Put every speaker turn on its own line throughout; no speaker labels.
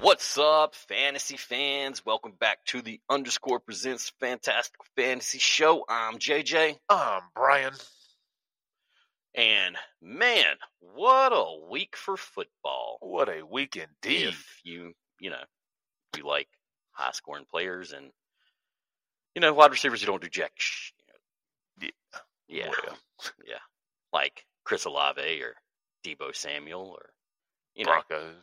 What's up, fantasy fans? Welcome back to the Underscore Presents Fantastic Fantasy Show. I'm JJ,
Um, Brian.
and man, what a week for football!
What a week indeed.
If you, you know, you like high scoring players and you know wide receivers, you don't do jack. Sh-
Yeah.
yeah,
Well,
yeah, like Chris Olave or Debo Samuel or you know,
Broncos.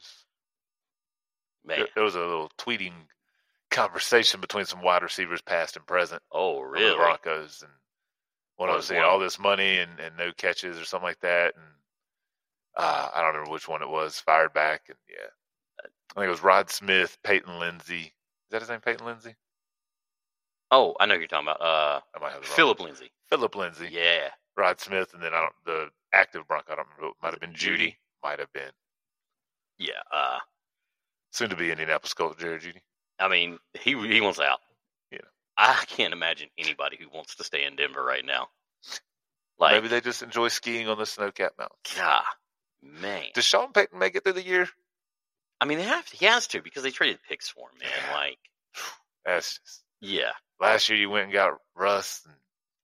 man.
There, there was a little tweeting conversation between some wide receivers, past and present,
Oh,
from the
really?
Broncos, and one of them
Was
saying
one-
all this money and, and no catches or something like that, and uh, I don't remember which one it was. Fired back, and yeah, I think it was Rod Smith, Peyton Lindsay. Is that his name, Peyton Lindsay?
Oh, I know who you're talking about. Uh,
I might have the wrong-
Philip Lindsay.
Philip Lindsay,
Yeah.
Rod Smith, and then I don't the active Bronco. I don't remember. It might have been Judy.
Judy.
Might have been
Yeah, uh,
soon to be Indianapolis Colts, Jerry Judy.
I mean, he he wants out.
Yeah.
I can't imagine anybody who wants to stay in Denver right now. Like,
Maybe they just enjoy skiing on the snow-capped mountains.
God, man.
Does Sean Payton make it through the year?
I mean, they have to, he has to because they traded picks for him, man.
Yeah.
Like,
That's just
yeah.
last year you went and got Russ, and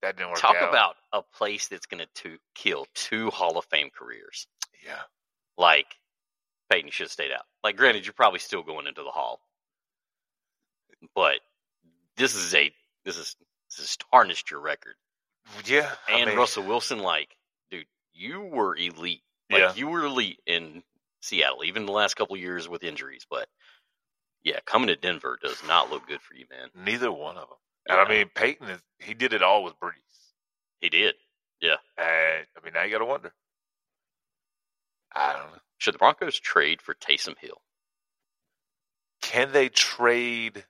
that didn't work
Uh, Talk
out.
about a place that's going to kill two Hall of Fame careers.
yeah,
Like, Peyton should have stayed out. Like, granted, you're probably still going into the Hall, but this is a this is this has tarnished your record.
yeah, I
and
mean,
Russell Wilson, like, dude, you were elite. Like,
yeah,
you were elite in Seattle, even the last couple of years with injuries. But yeah, coming to Denver does not look good for you, man.
neither one of them.
Yeah.
And I mean, Peyton is he did it all with Breeze.
He did.
And I mean, now you got to wonder. I don't know.
Should the Broncos trade for Taysom Hill?
Can they trade?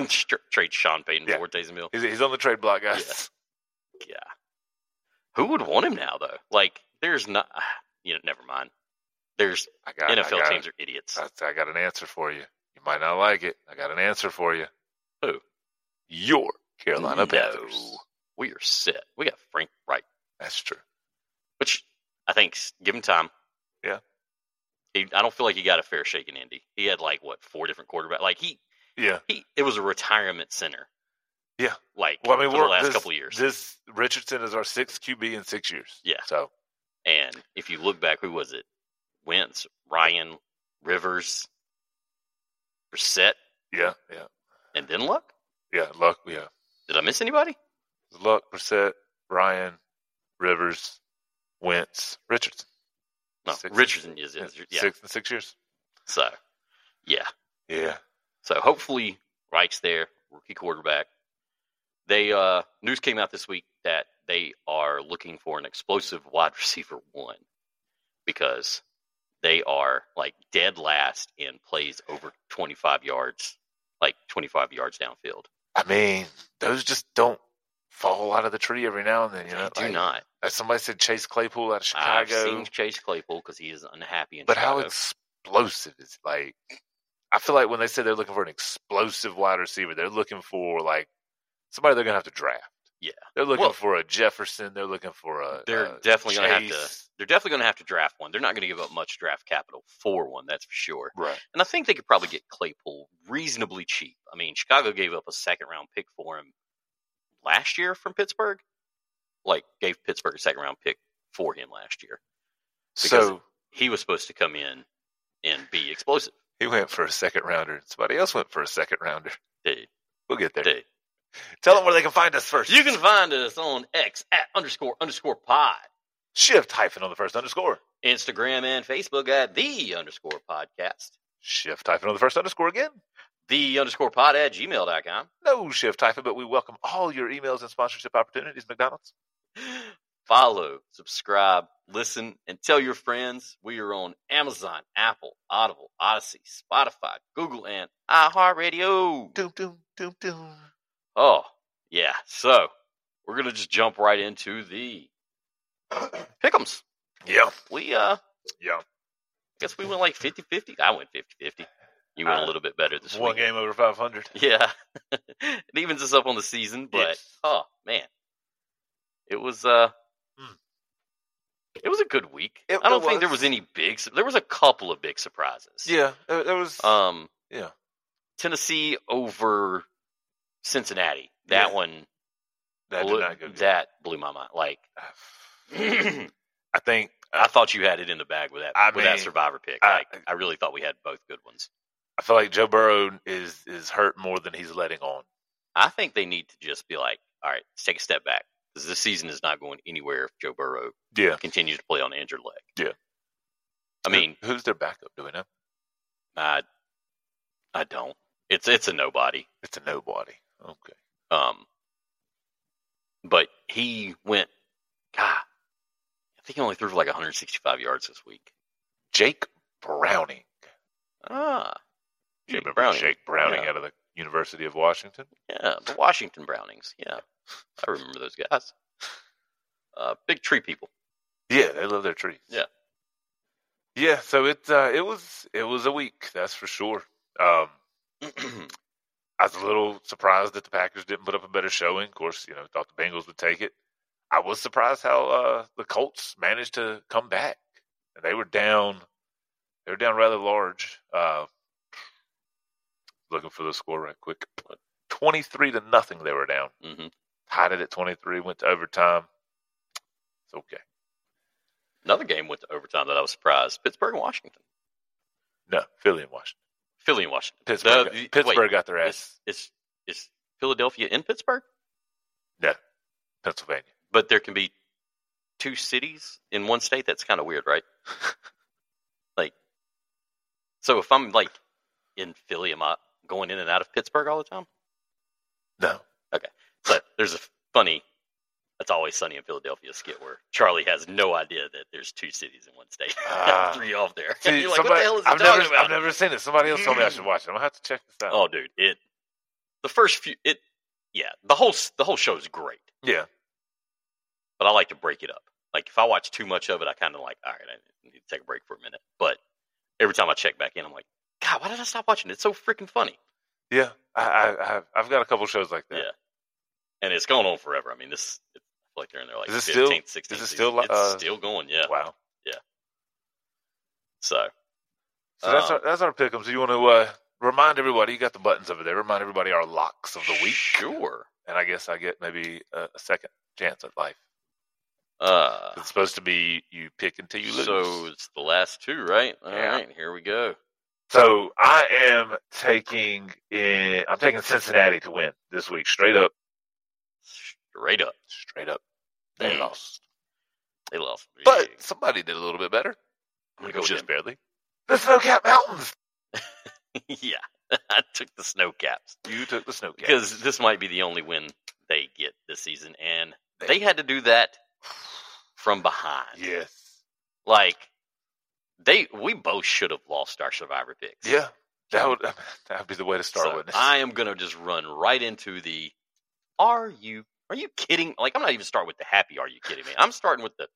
Tr- trade Sean Payton
Yeah.
for Taysom Hill?
He's, he's on the trade block, guys.
Yeah. Who would want him now, though? Like, there's not. You know, never mind. There's
I got I
NFL
got
teams are idiots.
I, I got an answer for you. You might not like it. I got an answer for you.
Who?
Your Carolina
No.
Panthers.
We are set. We got Frank Wright.
That's true.
which I think s- give him time.
Yeah.
he, I don't feel like he got a fair shake in Indy. He had like what four different quarterbacks. Like he,
Yeah.
he, it was a retirement center.
Yeah.
like
Well, I mean,
for
we're,
the last
this,
couple of years.
This Richardson is our sixth QB in six years.
Yeah.
So
and if you look back, who was it? Wentz, Ryan, Rivers, Brissett,
yeah, yeah,
and then Luck.
yeah. Luck, yeah.
Did I miss anybody?
Luck, Brissett, Ryan, Rivers, Wentz, Richardson.
No,
Six.
Richardson is is yeah.
Six in six years.
So yeah,
Yeah.
So hopefully Wright's there, rookie quarterback. They uh, news came out this week that they are looking for an explosive wide receiver one because they are like dead last in plays over 25 yards, like 25 yards downfield.
I mean, those just don't fall out of the tree every now and then. You know,
they do
Like,
not.
uh, Somebody said Chase Claypool out of
I've
Chicago.
seen Chase Claypool because he is unhappy in
But how
Chicago.
explosive is it? Like, I feel like when they say they're looking for an explosive wide receiver, they're looking for like somebody they're gonna have to draft.
Yeah.
they're looking
Well-
for a Jefferson. They're looking for a.
They're
a
definitely gonna have to-
uh, Chase.
They're definitely going to have to draft one. They're not going to give up much draft capital for one, that's for sure.
Right.
And I think they could probably get Claypool reasonably cheap. I mean, Chicago gave up a second round pick for him last year from Pittsburgh. Like, gave Pittsburgh a second round pick for him last year.
So
He was supposed to come in and be explosive.
he went for a second rounder. Somebody else went for a second rounder.
Dude,
We'll get there.
dude.
Tell them where they can find us first.
You can find us on X at underscore underscore pod,
shift hyphen on the first underscore.
Instagram and Facebook at the underscore podcast,
Shift hyphen on the first underscore again.
the underscore pod at gmail.com.
No shift hyphen, but we welcome all your emails and sponsorship opportunities. McDonald's.
follow, subscribe, listen, and tell your friends. We are on Amazon, Apple, Audible, Odyssey, Spotify, Google, and iHeartRadio.
Doom doom doom doom.
Oh, yeah. So we're gonna just jump right into the pick'ems.
Yeah.
We uh,
Yeah.
guess we went like 50-50. I went 50-50. You went a
Uh,
little bit better this
One
week.
game over 500.
Yeah, it evens us up on the oh, season, but
Yes.
oh man, it was uh,
Mm.
It was a good week.
Hmm. It-
I don't
it
think there
was.
was any big. su- There was a couple of big surprises.
Yeah, there there was.
Um.
Yeah.
Tennessee over Cincinnati. That
Yeah.
one.
that
blew,
did not go good.
that blew my mind. Like, I
I think
thought you had it in the bag with that
I
with that
mean,
survivor pick.
I-
like, I really thought we had both good ones.
I feel like Joe Burrow is is hurt more than he's letting on.
I think they need to just be like, all right, let's take a step back because this season is not going anywhere if Joe Burrow
Yeah.
continues to play on the injured leg.
Yeah.
I mean,
who's their backup? Do we know?
I, I don't. It's it's a nobody.
It's a nobody. Okay.
Um, but he went, God, I think he only threw for like 165 yards this week.
Jake Browning.
Ah, Jake
Remember
Browning.
Jake Browning
Yeah.
out of the University of Washington.
Yeah, the Washington Brownings. Yeah, I remember those guys. Uh, big tree people.
Yeah, they love their trees.
Yeah.
Yeah, so it uh, it was it was a week, that's for sure. Um
Mm-hmm.
I was a little surprised that the Packers didn't put up a better showing. Of course, you know, thought the Bengals would take it. I was surprised how uh, the Colts managed to come back. And they were down they were down rather large. Uh, looking for the score right quick. Twenty three to nothing they were down.
hmm
Tied it at twenty three, went to overtime. It's okay.
Another game went to overtime that I was surprised. Pittsburgh and Washington.
No, Philly and Washington.
Philly and Washington.
Pittsburgh,
The-
got-
the- wait,
Pittsburgh got their ass.
is, is is Philadelphia in Pittsburgh?
Pennsylvania.
But there can be two cities in one state. That's kind of weird, right? like, so if I'm like in Philly, am I going in and out of Pittsburgh all the time?
No.
But there's a funny "It's Always Sunny in Philadelphia" skit where Charlie has no idea that there's two cities in one state.
Ah.
Three off there.
See,
You're like, what
somebody-
the hell is he
I've
talking
never,
about?
I've never seen it. Somebody else told me I should watch it. I'm gonna have to check this out.
Oh, dude, it. The first few, it, yeah, the whole s- the whole show is great,
yeah,
but I like to break it up. Like if I watch too much of it, I kind of like, all right, I need to take a break for a minute. But every time I check back in, I'm like, God, why did I stop watching? It's so freaking funny,
yeah. I, I, I have, I've got a couple shows like that.
Yeah. and it's going on forever. I mean, this it's like they're in their like
Is
15th,
it still-
16th
is it
season.
still,
it's
uh,
still going, yeah.
Wow.
So
So that's
Um,
our that's our pick'em. So you want to uh, remind everybody? You got the buttons over there. Remind everybody our locks of the week.
Sure.
And I guess I get maybe a, a second chance at life.
Uh,
It's supposed to be you pick until you lose.
so it's the last two, right? All right,
Yeah.
here we go.
So I am taking in, I'm taking Cincinnati to win this week. Straight up.
Straight up,
Straight up. They
Mm.
lost.
they lost.
But somebody did a little bit better.
I'm gonna go with them.
just barely. The snow capped mountains.
yeah, I took the snow caps
You took the snow cap.
because this might be the only win they get this season, and they had to do that from behind.
Yes.
Like they, we both should have lost our survivor picks.
Yeah. That would uh, that would be the way to start
So
with.
I am gonna just run right into the. Are you? Are you kidding? Like I'm not even starting with the happy. Are you kidding me? I'm starting with the.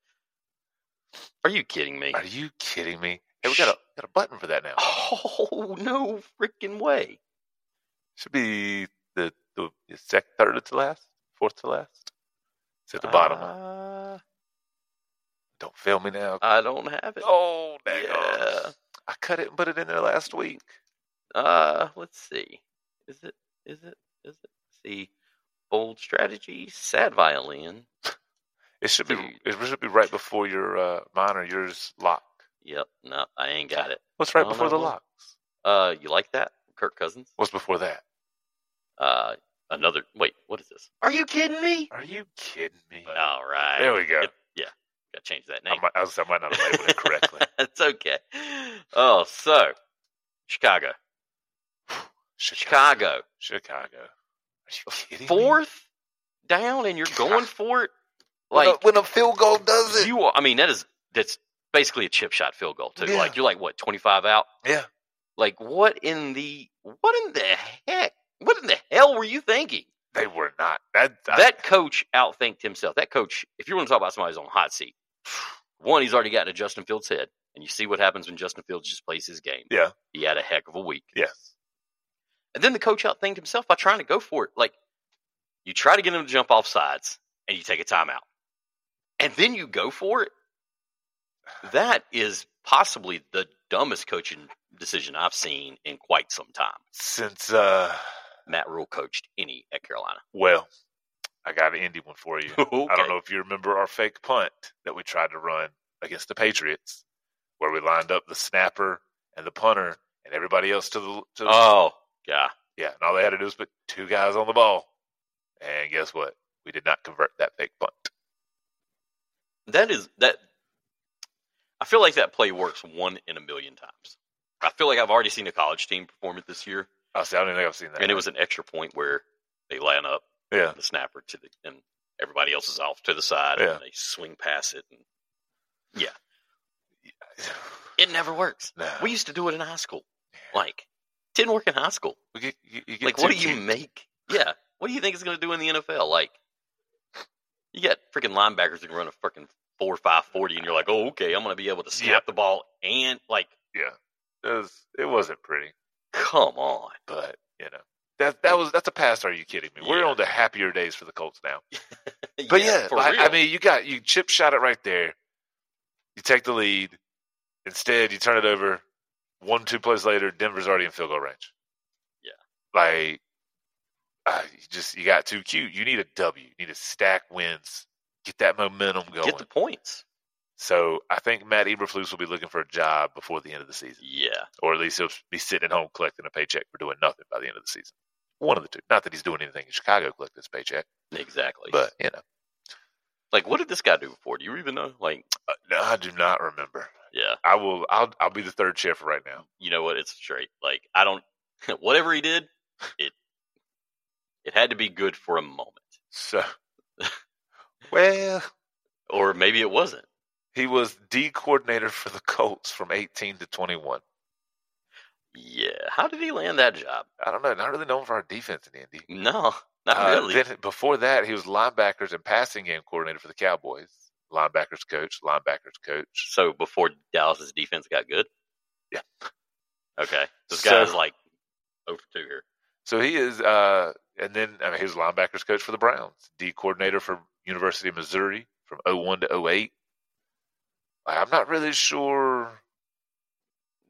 Are you kidding me?
Are you kidding me? Hey, we got a got a button for that now.
Oh no freaking way!
Should be the the sec third to last, fourth to last. It's at the bottom.
Uh,
Don't fail me now.
I don't have it.
oh, dang
yeah.
I cut it and put it in there last week.
Uh, let's see. Is it? Is it? Is it? See, bold strategy, sad violin.
It should be
Dude.
it should be right before your uh, mine or yours lock.
Yep. No, I ain't got it.
What's right
Oh,
before
no,
the
what?
locks?
Uh, you like that, Kirk Cousins?
What's before that?
Uh, another. Wait, what is this? Are you kidding me?
Are you kidding me?
All right.
There we go.
It- yeah, gotta change that name.
I might, I, was, I might not have labeled it correctly.
it's okay. Oh, so Chicago, Chicago,
Chicago. Are you kidding me?
fourth down, and you're going for it.
When
Like
a- when a field goal does it.
you are, I mean, that is that's basically a chip shot field goal too.
Yeah.
Like you're like what twenty five out.
Yeah.
Like what in the what in the heck? What in the hell were you thinking?
They were not. That, I-
That coach outthinked himself. That coach, if you want to talk about somebody who's on hot seat, one, he's already gotten to Justin Fields' head, and you see what happens when Justin Fields just plays his game.
Yeah.
he had a heck of a week.
Yes.
And then the coach outthinked himself by trying to go for it. Like, you try to get him to jump off sides and you take a timeout. And then you go for it that is possibly the dumbest coaching decision I've seen in quite some time.
Since uh,
Matt Rule coached any at Carolina.
well, I got an Indy one for you. I
Okay.
don't know if you remember our fake punt that we tried to run against the Patriots, where we lined up the snapper and the punter and everybody else to the to the,
Oh, yeah.
yeah, and all they had to do was put two guys on the ball, and guess what? We did not convert that fake punt.
That is that. I feel like that play works one in a million times. I feel like I've already seen a college team perform it this year,
I see. I don't even think I've seen that.
and it was an extra point where they line up
yeah,
the snapper to the and everybody else is off to the side,
Yeah.
and they swing past it, and it never works.
no.
We used to do it in high school. Like, didn't work in high school.
We get, you, you get
Like, what
too
do you
cute.
make? Yeah, what do you think it's going to do in the NFL? Like, you got freaking linebackers that can run a freaking four five forty, and you're like, oh, okay, I'm going to be able to snap
Yep.
the ball and like,
It, was, it wasn't pretty,
come on,
but you know that that was that's a past. Are you kidding me? We're
Yeah.
on the happier days for the Colts now. But yeah,
for
like,
real.
I mean, you got you chip shot it right there. You take the lead. Instead, you turn it over. One, two plays later, Denver's already in field goal range.
Yeah.
like uh, you just you got too cute. You need a W. You need to stack wins. Get that momentum going.
get the points.
so I think Matt Eberflus will be looking for a job before the end of the season,
Yeah,
or at least he'll be sitting at home collecting a paycheck for doing nothing by the end of the season. One of the two. Not that he's doing anything in Chicago collecting his paycheck,
exactly.
but you know.
like, what did this guy do before? Do you even know? Like,
Uh, No, I do not remember.
yeah,
I will. I'll. I'll be the third chair for right now.
you know what? It's straight. Like, I don't. whatever he did, it it had to be good for a moment,
So, well,
or maybe it wasn't.
he was D coordinator for the Colts from 18 to 21.
Yeah, how did he land that job?
I don't know. Not really known for our defense in Indy.
No, not
Uh,
really.
Then before that, he was linebackers and passing game coordinator for the Cowboys. Linebackers coach. Linebackers coach.
so before Dallas's defense got good.
Yeah.
Okay, this
So-
guy's like over two here.
So he is. Uh, and then I mean, he was linebackers coach for the Browns. D coordinator for University of Missouri from 01 to 08. Like, I'm not really sure.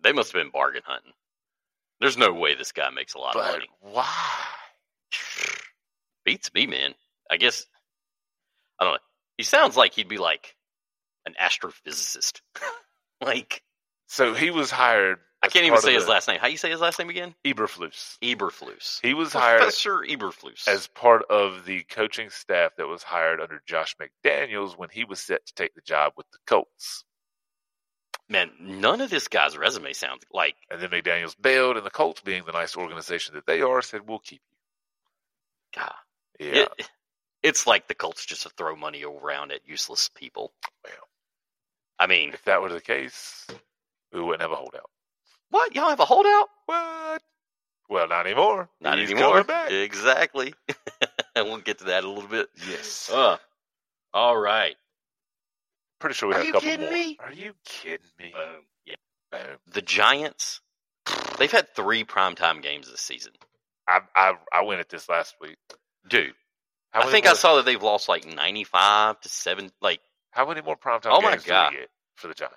They must have been bargain hunting. There's no way this guy makes a lot of
But
money.
why?
Beats me, man. I guess I don't know. He sounds like he'd be like an astrophysicist. like
So he was hired.
I
as
can't even
part of
say his
the-
last name. How you say his last name again?
Eberflus.
Eberflus.
He was hired
Professor Eberflus.
as part of the coaching staff that was hired under Josh McDaniels when he was set to take the job with the Colts.
man, none of this guy's resume sounds like
And then McDaniels bailed, and the Colts, being the nice organization that they are, said, "We'll keep you."
God.
Yeah.
It, it's like the Colts just to throw money around at useless people.
Well.
I mean,
If that were the case, we wouldn't have a holdout.
what? Y'all have a holdout?
What? Well, not anymore.
Not
He's
anymore.
coming back.
Exactly. and we'll get to that in a little bit.
Yes.
Uh, all right.
Pretty sure we
Are
have
you
a couple
kidding
more.
me?
Are you kidding me? Uh, um,
Boom. Yeah.
Boom.
The Giants, they've had three primetime games this season.
I, I I went at this last week.
Dude,
How
I
many
think I
more-
saw that they've lost like 95 to 7. Like,
How many more primetime
Oh my
games
God.
do we get for the Giants?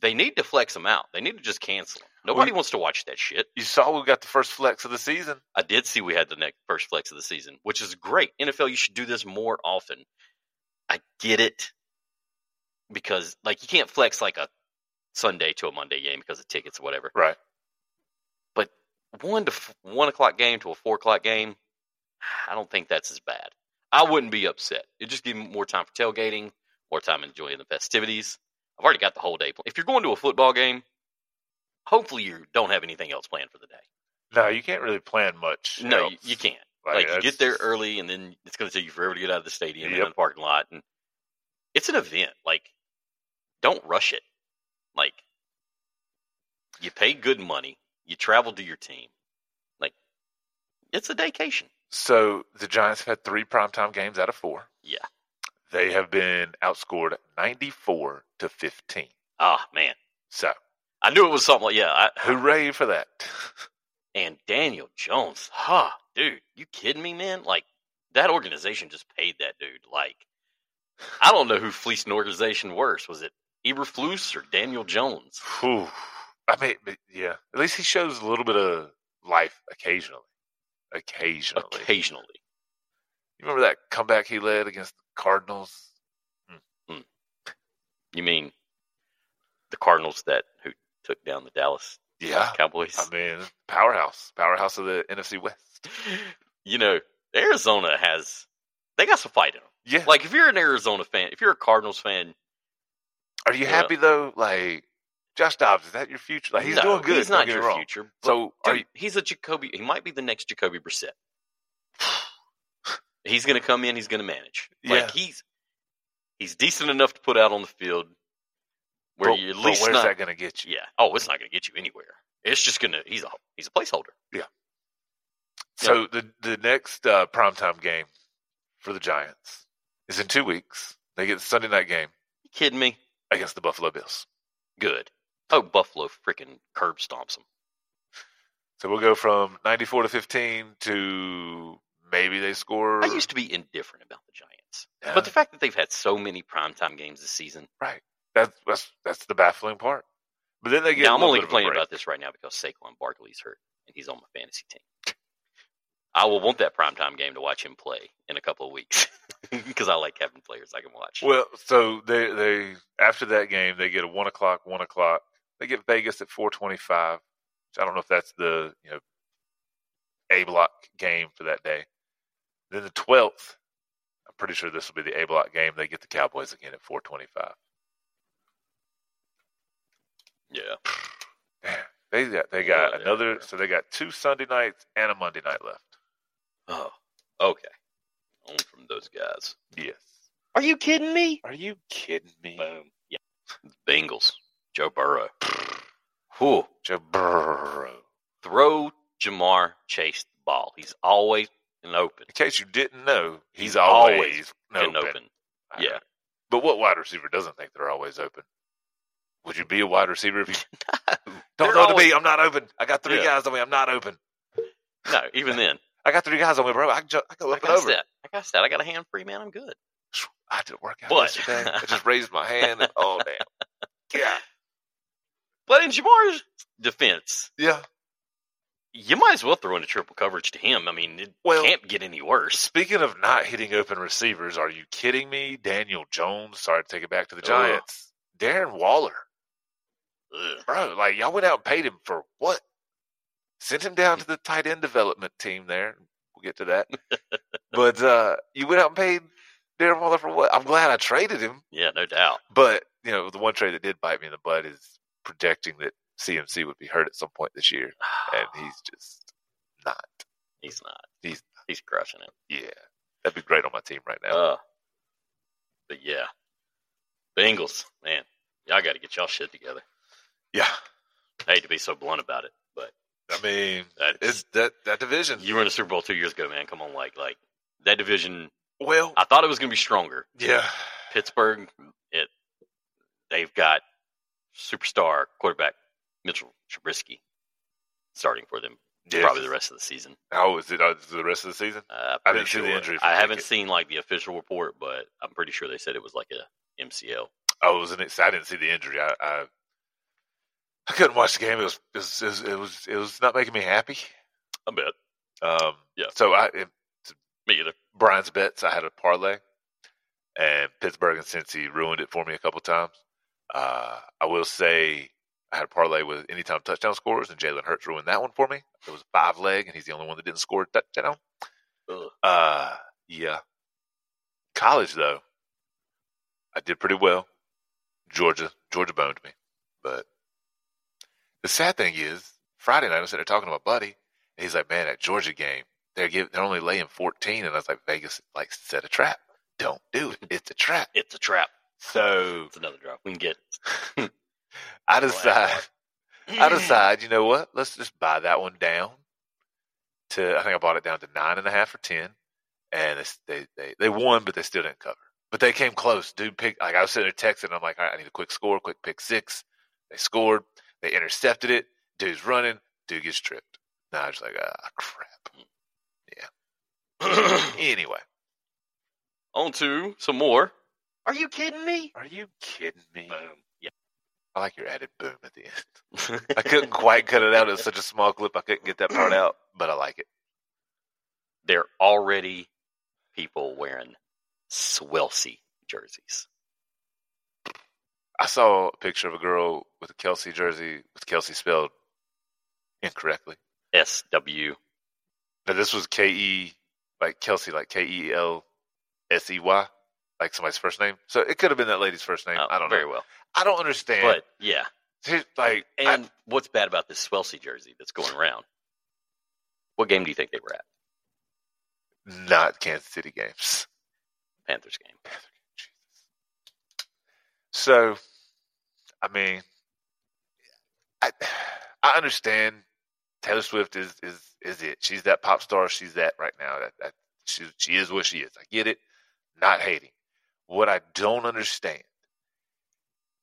they need to flex them out. They need to just cancel them. Nobody wants to watch that shit.
You saw we got the first flex of the season.
I did see we had the next first flex of the season, which is great. NFL, you should do this more often. I get it because like you can't flex like a Sunday to a Monday game because of tickets or whatever.
Right.
But one to f- one o'clock game to a four o'clock game, I don't think that's as bad. I wouldn't be upset. It just give me more time for tailgating, more time enjoying the festivities. I've already got the whole day. pl- If you're going to a football game, hopefully you don't have anything else planned for the day.
No, you can't really plan much.
No,
else.
you, you can't like you
that's-
get there early and then it's going to take you forever to get out of the stadium and
Yep.
in the parking lot and it's an event like don't rush it like you pay good money you travel to your team like it's a vacation
So the Giants have had three primetime games out of four.
Yeah.
They have been outscored 94 to 15.
ah man
So
i knew it was something like yeah I,
hooray for that.
and daniel jones huh dude you kidding me man like that organization just paid that dude like i don't know who fleeced an organization worse was it Eberflus or Daniel Jones?
Whew. I mean, but yeah. At least he shows a little bit of life occasionally. Occasionally.
Occasionally.
You remember that comeback he led against the Cardinals?
You mean the Cardinals that who took down the Dallas
Yeah.
Cowboys?
I mean, powerhouse. Powerhouse of the NFC West.
you know, Arizona has they got some fight in them.
Yeah.
Like if you're an Arizona fan, if you're a Cardinals fan,
Are you
Yeah.
happy though? Like Josh Dobbs, is that your future? Like he's
no,
doing good.
He's
don't
not
get me
your
wrong.
future. But
So are
dude,
you,
he's a Jacoby. He might be the next Jacoby Brissett. he's going to come in. He's going to manage.
Yeah.
Like he's he's decent enough to put out on the field where
but-
you at
but
least
where's
not.
that going to get you?
yeah. Oh, it's not going to get you anywhere. It's just going to. He's a he's a placeholder.
So the the next uh, primetime game for the Giants is in two weeks. They get the Sunday night game
You kidding me?
against the Buffalo Bills.
Good. Oh, Buffalo freaking curb stomps him.
So we'll go from ninety four to fifteen to maybe they score.
I used to be indifferent about the Giants,
Yeah.
but the fact that they've had so many primetime games this season.
that's that's that's the baffling part. But then they get.
Now
a
I'm
little
only
bit of a
complaining
break.
about this right now because Saquon Barkley's hurt and he's on my fantasy team. I will want that primetime game to watch him play in a couple of weeks because I like having players I can watch.
Well, so they they after that game they get a one o'clock, one o'clock. They get Vegas at four twenty five. I don't know if that's the you know A block game for that day. Then the twelfth, I'm pretty sure this will be the A block game. They get the Cowboys again at four twenty five.
yeah,
They got they got
Yeah, yeah,
another
yeah.
so they got two Sunday nights and a Monday night left.
Oh, okay. On from those guys.
Yes.
Are you kidding me?
Are you kidding me?
Boom. Yeah. Bengals. Joe Burrow. Whew.
Jabro.
Throw Jamar Chase the ball. He's always an open.
In case you didn't know, he's,
He's
always,
always
open.
An open.
I
Yeah.
heard. But what wide receiver doesn't think they're always open? Would you be a wide receiver if you don't
They're
know what to
always-
be? I'm not open. I got three
Yeah.
guys on me. I'm not open.
No, even then.
I got three guys on me, bro. I, can ju- I go
I
up and
got
over.
that. I got that. I got a hand free, man. I'm good.
I did work out
But-
yesterday. I just raised my hand. And, oh damn. Yeah.
But in Jamar's defense,
Yeah.
you might as well throw into triple coverage to him. I mean, it
Well-
can't get any worse.
Speaking of not hitting open receivers, are you kidding me? Daniel Jones. Sorry to take it back to the
Ugh.
Giants. Darren Waller,
Ugh.
bro. Like y'all went out and paid him for what? Sent him down to the tight end development team there. We'll get to that. but uh, you went out and paid Darren Waller for what? I'm glad I traded him,
Yeah, no doubt.
but you know the one trade that did bite me in the butt is projecting that CMC would be hurt at some point this year, and he's just not.
He's not.
He's-
he's crushing it.
Yeah, that'd be great on my team right now.
Uh, but yeah, Bengals, man, y'all got to get y'all shit together.
yeah,
I hate to be so blunt about it, but
I mean,
that's,
it's that that division.
you were in the Super Bowl two years ago, man. Come on, like like that division.
well,
I thought it was going to be stronger.
yeah,
Pittsburgh, it they've got superstar quarterback Mitchell Trubisky starting for them probably the rest of the season.
How is it? Uh, is it the rest of the season?
Uh,
I
pretty
didn't see the
sure-
injury
I haven't
ticket.
seen like the official report, but I'm pretty sure they said it was like a MCL.
I was in it. I didn't see the injury. I, I I couldn't watch the game. It was it was it was, it was, it was not making me happy.
I bet
Um,
Yeah.
So I if
me either.
Brian's bets. I had a parlay, and Pittsburgh and Cincy ruined it for me a couple times. Uh, I will say I had a parlay with anytime touchdown scores, and Jalen Hurts ruined that one for me. It was a five leg, and he's the only one that didn't score a touchdown.
Ugh.
Uh, yeah. College though, I did pretty well. Georgia, Georgia boned me, but the sad thing is, Friday night I was sitting there talking to my buddy, and he's like, "Man, that Georgia game, they're giving, they're only laying 14," and I was like, "Vegas like set a trap. Don't do it. It's a trap."
It's a trap.
So
It's another drop. We can get.
I decide, I decide, you know what? Let's just buy that one down to. I think I bought it down to nine and a half or ten, and it's, they they they won, but they still didn't cover. But they came close, dude. Pick like I was sitting there texting. I'm like, all right, I need a quick score, quick pick six. They scored. They intercepted it. Dude's running. Dude gets tripped. Now I was like, ah, crap. Anyway,
On to some more. Are you kidding me?
are you kidding me? I like your added boom at the end. I couldn't quite cut it out. It's such a small clip. I couldn't get that part out, but I like it.
They're already people wearing Swelsey jerseys.
I saw a picture of a girl with a Kelsey jersey with Kelsey spelled incorrectly,
S W.
but this was K E like Kelsey, like K E L S E Y, like somebody's first name. So it could have been that lady's first name.
Oh,
I don't know.
very well.
I don't understand.
But yeah,
Here's, like, I-
and what's bad about this Swelsey jersey that's going around? What game do you think they were at?
not Kansas City games.
Panthers game.
So, I mean, I I understand Taylor Swift is is is it. She's that pop star. She's that right now. That, that she she is what she is. I get it. Not hating. What I don't understand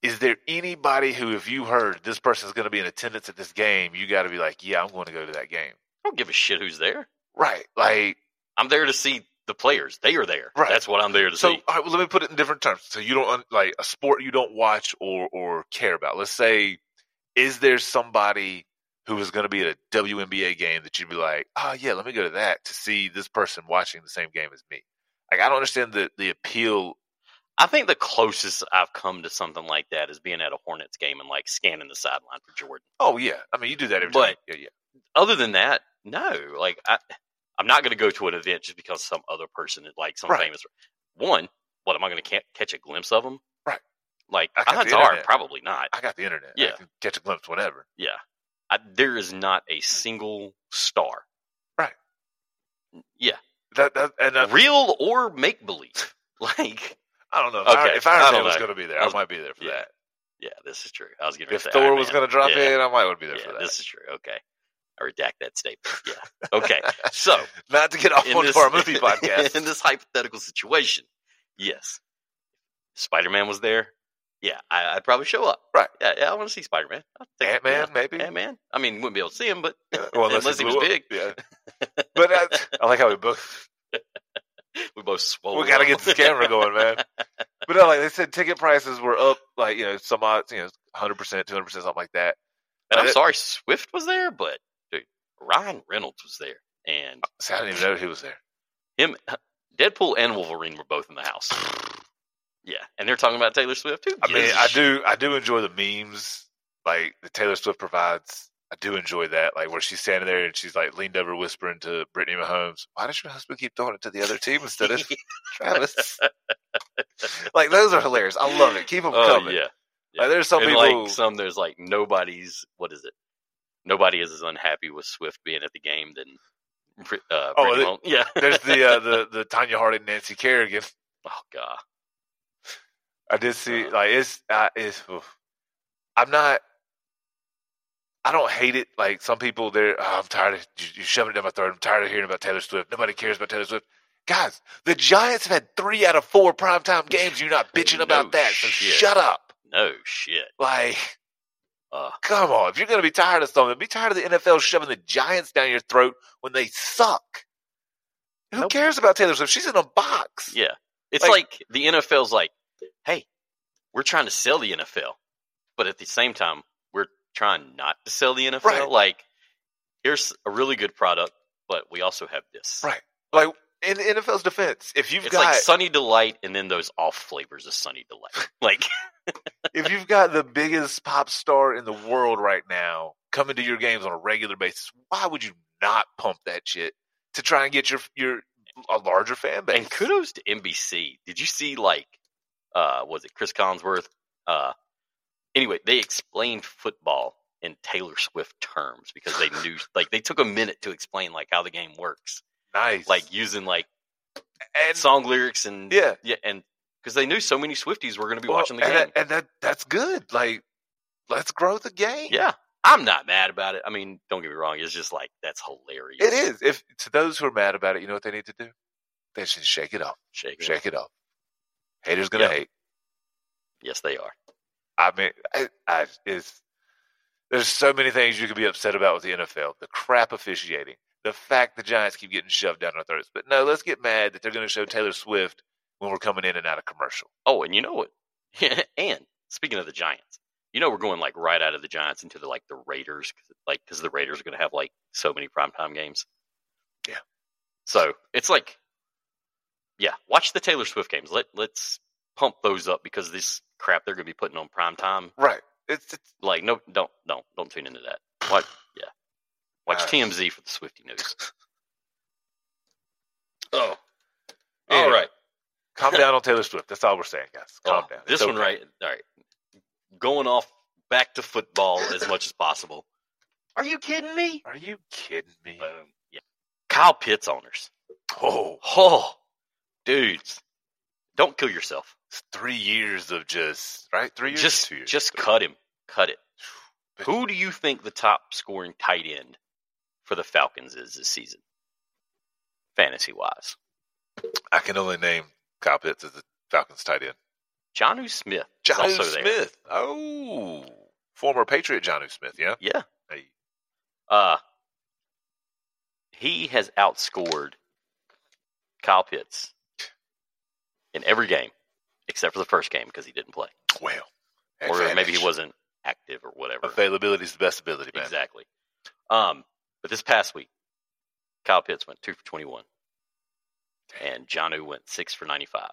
is there anybody who, if you heard this person's going to be in attendance at this game, you got to be like, yeah, I'm going to go to that game.
I don't give a shit who's there.
Right. Like,
I'm there to see the players. They are there.
Right.
That's what I'm there to
So,
see.
all right, well, let me put it in different terms. So, you don't un- like a sport you don't watch or or care about. Let's say, is there somebody who is going to be at a WNBA game that you'd be like, oh yeah, let me go to that to see this person watching the same game as me? Like, I don't understand the the appeal.
I think the closest I've come to something like that is being at a Hornets game and like scanning the sideline for Jordan.
Oh yeah, I mean, you do that every
But-
time. Yeah, yeah.
Other than that, no. Like I, I'm not going to go to an event just because some other person is like some
Right.
famous. One, what am I going to ca- catch a glimpse of them?
Right.
Like
I got the
odds are
internet.
probably not.
I got the internet.
Yeah.
I can catch a glimpse whenever.
Yeah. I, there is not a single star,
That, that and I,
real or make believe. Like
I don't know if,
Okay,
I, if
I
Iron
don't
Man was
know.
going to be there,
I
I,
was-
might be there for
yeah,
that.
yeah, this is true. I was going to
If
say
Thor
Iron
was
Man.
going to drop
Yeah.
in, I might would be there for
yeah,
that.
this is true. Okay. I redact that statement. Yeah. Okay. So,
Not to get off
in
onto
this,
our Oh, movie podcast.
in this hypothetical situation, yes, Spider Man was there. Yeah, I, I'd probably show up.
Right.
Yeah, yeah I want to see Spider Man.
Ant Man, maybe.
Ant Man. I mean, wouldn't be able to see him, but
Well,
Unless he was
blew up.
big.
Yeah. But I, I like how we both
we both swole.
we got to get this camera going, man. But no, like they said, ticket prices were up like you know some odd, you know, hundred percent, two hundred percent, something like that.
and I'm sorry, Swift was there, but dude, Ryan Reynolds was there, and
So I didn't even know who was there.
him, Deadpool, and Wolverine were both in the house. Yeah, and they're talking about Taylor Swift too.
I mean, I do, I do enjoy the memes like that Taylor Swift provides. I do enjoy that, like where she's standing there and she's like leaned over, whispering to Brittany Mahomes, "Why does your husband keep throwing it to the other team instead of Travis?" like those are hilarious. I love it. Keep them
Oh
coming.
yeah,
Like there's some
and
people
like some there's like nobody's what is it nobody is as unhappy with swift being at the game than Brit- uh,
Oh,
Brittany
it-
Holmes. yeah
There's the uh, the the Tanya Harding Nancy Kerrigan.
oh god
I did see
Uh-huh.
like it's uh, it's. oof. I'm not. I don't hate it. Like some people, they're oh, I'm tired of you, you shoving it down my throat. I'm tired of hearing about Taylor Swift. Nobody cares about Taylor Swift. Guys, the Giants have had three out of four primetime games. You're not bitching
No
about that. So
shit.
shut up.
no shit
Like,
uh,
come on. If you're gonna be tired of something, be tired of the NFL shoving the Giants down your throat when they suck. Who
Nope.
cares about Taylor Swift? She's in a box.
yeah it's
Like-
like, the nfl's like hey we're trying to sell the nfl but at the same time we're trying not to sell the nfl
Right.
like here's a really good product but we also have this
Right. Like in the NFL's defense, if you've
it's
got
like sunny delight and then those off flavors of sunny delight like
if you've got the biggest pop star in the world right now coming to your games on a regular basis, why would you not pump that shit to try and get your your a larger fan base?
And kudos to NBC. Did you see like uh was it Chris Collinsworth? Uh anyway, they explained football in Taylor Swift terms because they knew like they took a minute to explain like how the game works.
nice,
Like using like
and
song lyrics and
yeah,
yeah and because they knew so many Swifties were going to be
Well,
watching the
and
game.
that, and that that's good. Like, let's grow the game.
yeah. I'm not mad about it. I mean, don't get me wrong, it's just like that's hilarious.
it is. If to those who are mad about it, you know what they need to do? They should shake it off.
Shake it.
Shake it off. Haters gonna
Yeah.
hate.
Yes, they are.
I mean, I, I it's there's so many things you could be upset about with the NFL. The crap officiating, the fact the Giants keep getting shoved down our throats. But no, let's get mad that they're going to show Taylor Swift when we're coming in and out of commercial.
Oh, and you know what? and speaking of the Giants, you know we're going like right out of the Giants into the like the Raiders, like because the Raiders are going to have like so many primetime games.
Yeah.
So it's like, yeah, watch the Taylor Swift games. Let let's pump those up because this crap they're going to be putting on primetime.
Right. It's, it's
Like, no, don't, don't, don't tune into that. Watch, yeah, watch
Alright.
TMZ for the Swifty news.
oh,
All right,
Calm down on Taylor Swift. That's all we're saying, guys. Calm
Oh,
down.
This
It's
one,
okay.
right? All right, going off back to football as much as possible. Are you kidding me?
Are you kidding me?
Boom. Yeah. Kyle Pitts owners.
Oh,
Oh, dudes, don't kill yourself.
it's three years of just right. Three years.
Just,
two years.
just cut him. Cut it.
But-
Who do you think the top scoring tight end for the Falcons is this season, fantasy wise?
I can only name Kyle Pitts as the Falcons tight end.
Johnu Smith. is
John
also there.
Smith. Oh, former Patriot John Smith. Yeah.
Yeah.
Hey,
Uh, he has outscored Kyle Pitts in every game except for the first game because he didn't play,
well,
or maybe he
advantage.
wasn't active or whatever.
Availability is the best ability, man.
Exactly. Um, but this past week, Kyle Pitts went two for twenty-one, and Johnu went six for ninety-five.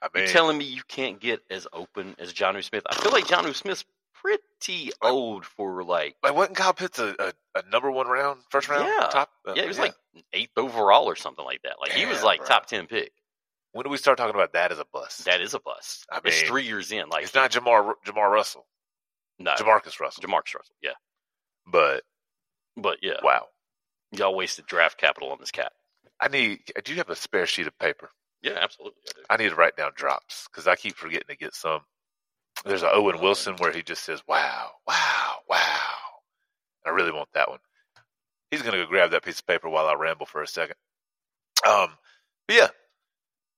I
You
mean,
telling me you can't get as open as Johnu Smith? I feel like Johnu Smith's pretty old for like
like wasn't Kyle Pitts a, a, a number one round, first round
Yeah.
top? Uh,
yeah, he was like eighth overall or something like that. Like he was
Damn,
like
bro.
top ten pick.
When do we start talking about that as a bust?
That is a bust.
I
it's
mean,
three years in. Like
it's not Jamar Jamar Russell,
no, Jamar,
Jamarcus Russell,
Jamarcus Russell. Yeah,
but
but yeah,
wow.
y'all wasted draft capital on this cat.
I need. Do you have a spare sheet of paper?
Yeah, absolutely. I do.
I need to write down drops because I keep forgetting to get some. There's a Owen Wilson where he just says, "Wow, wow, wow." I really want that one. He's gonna go grab that piece of paper while I ramble for a second. Um, but yeah,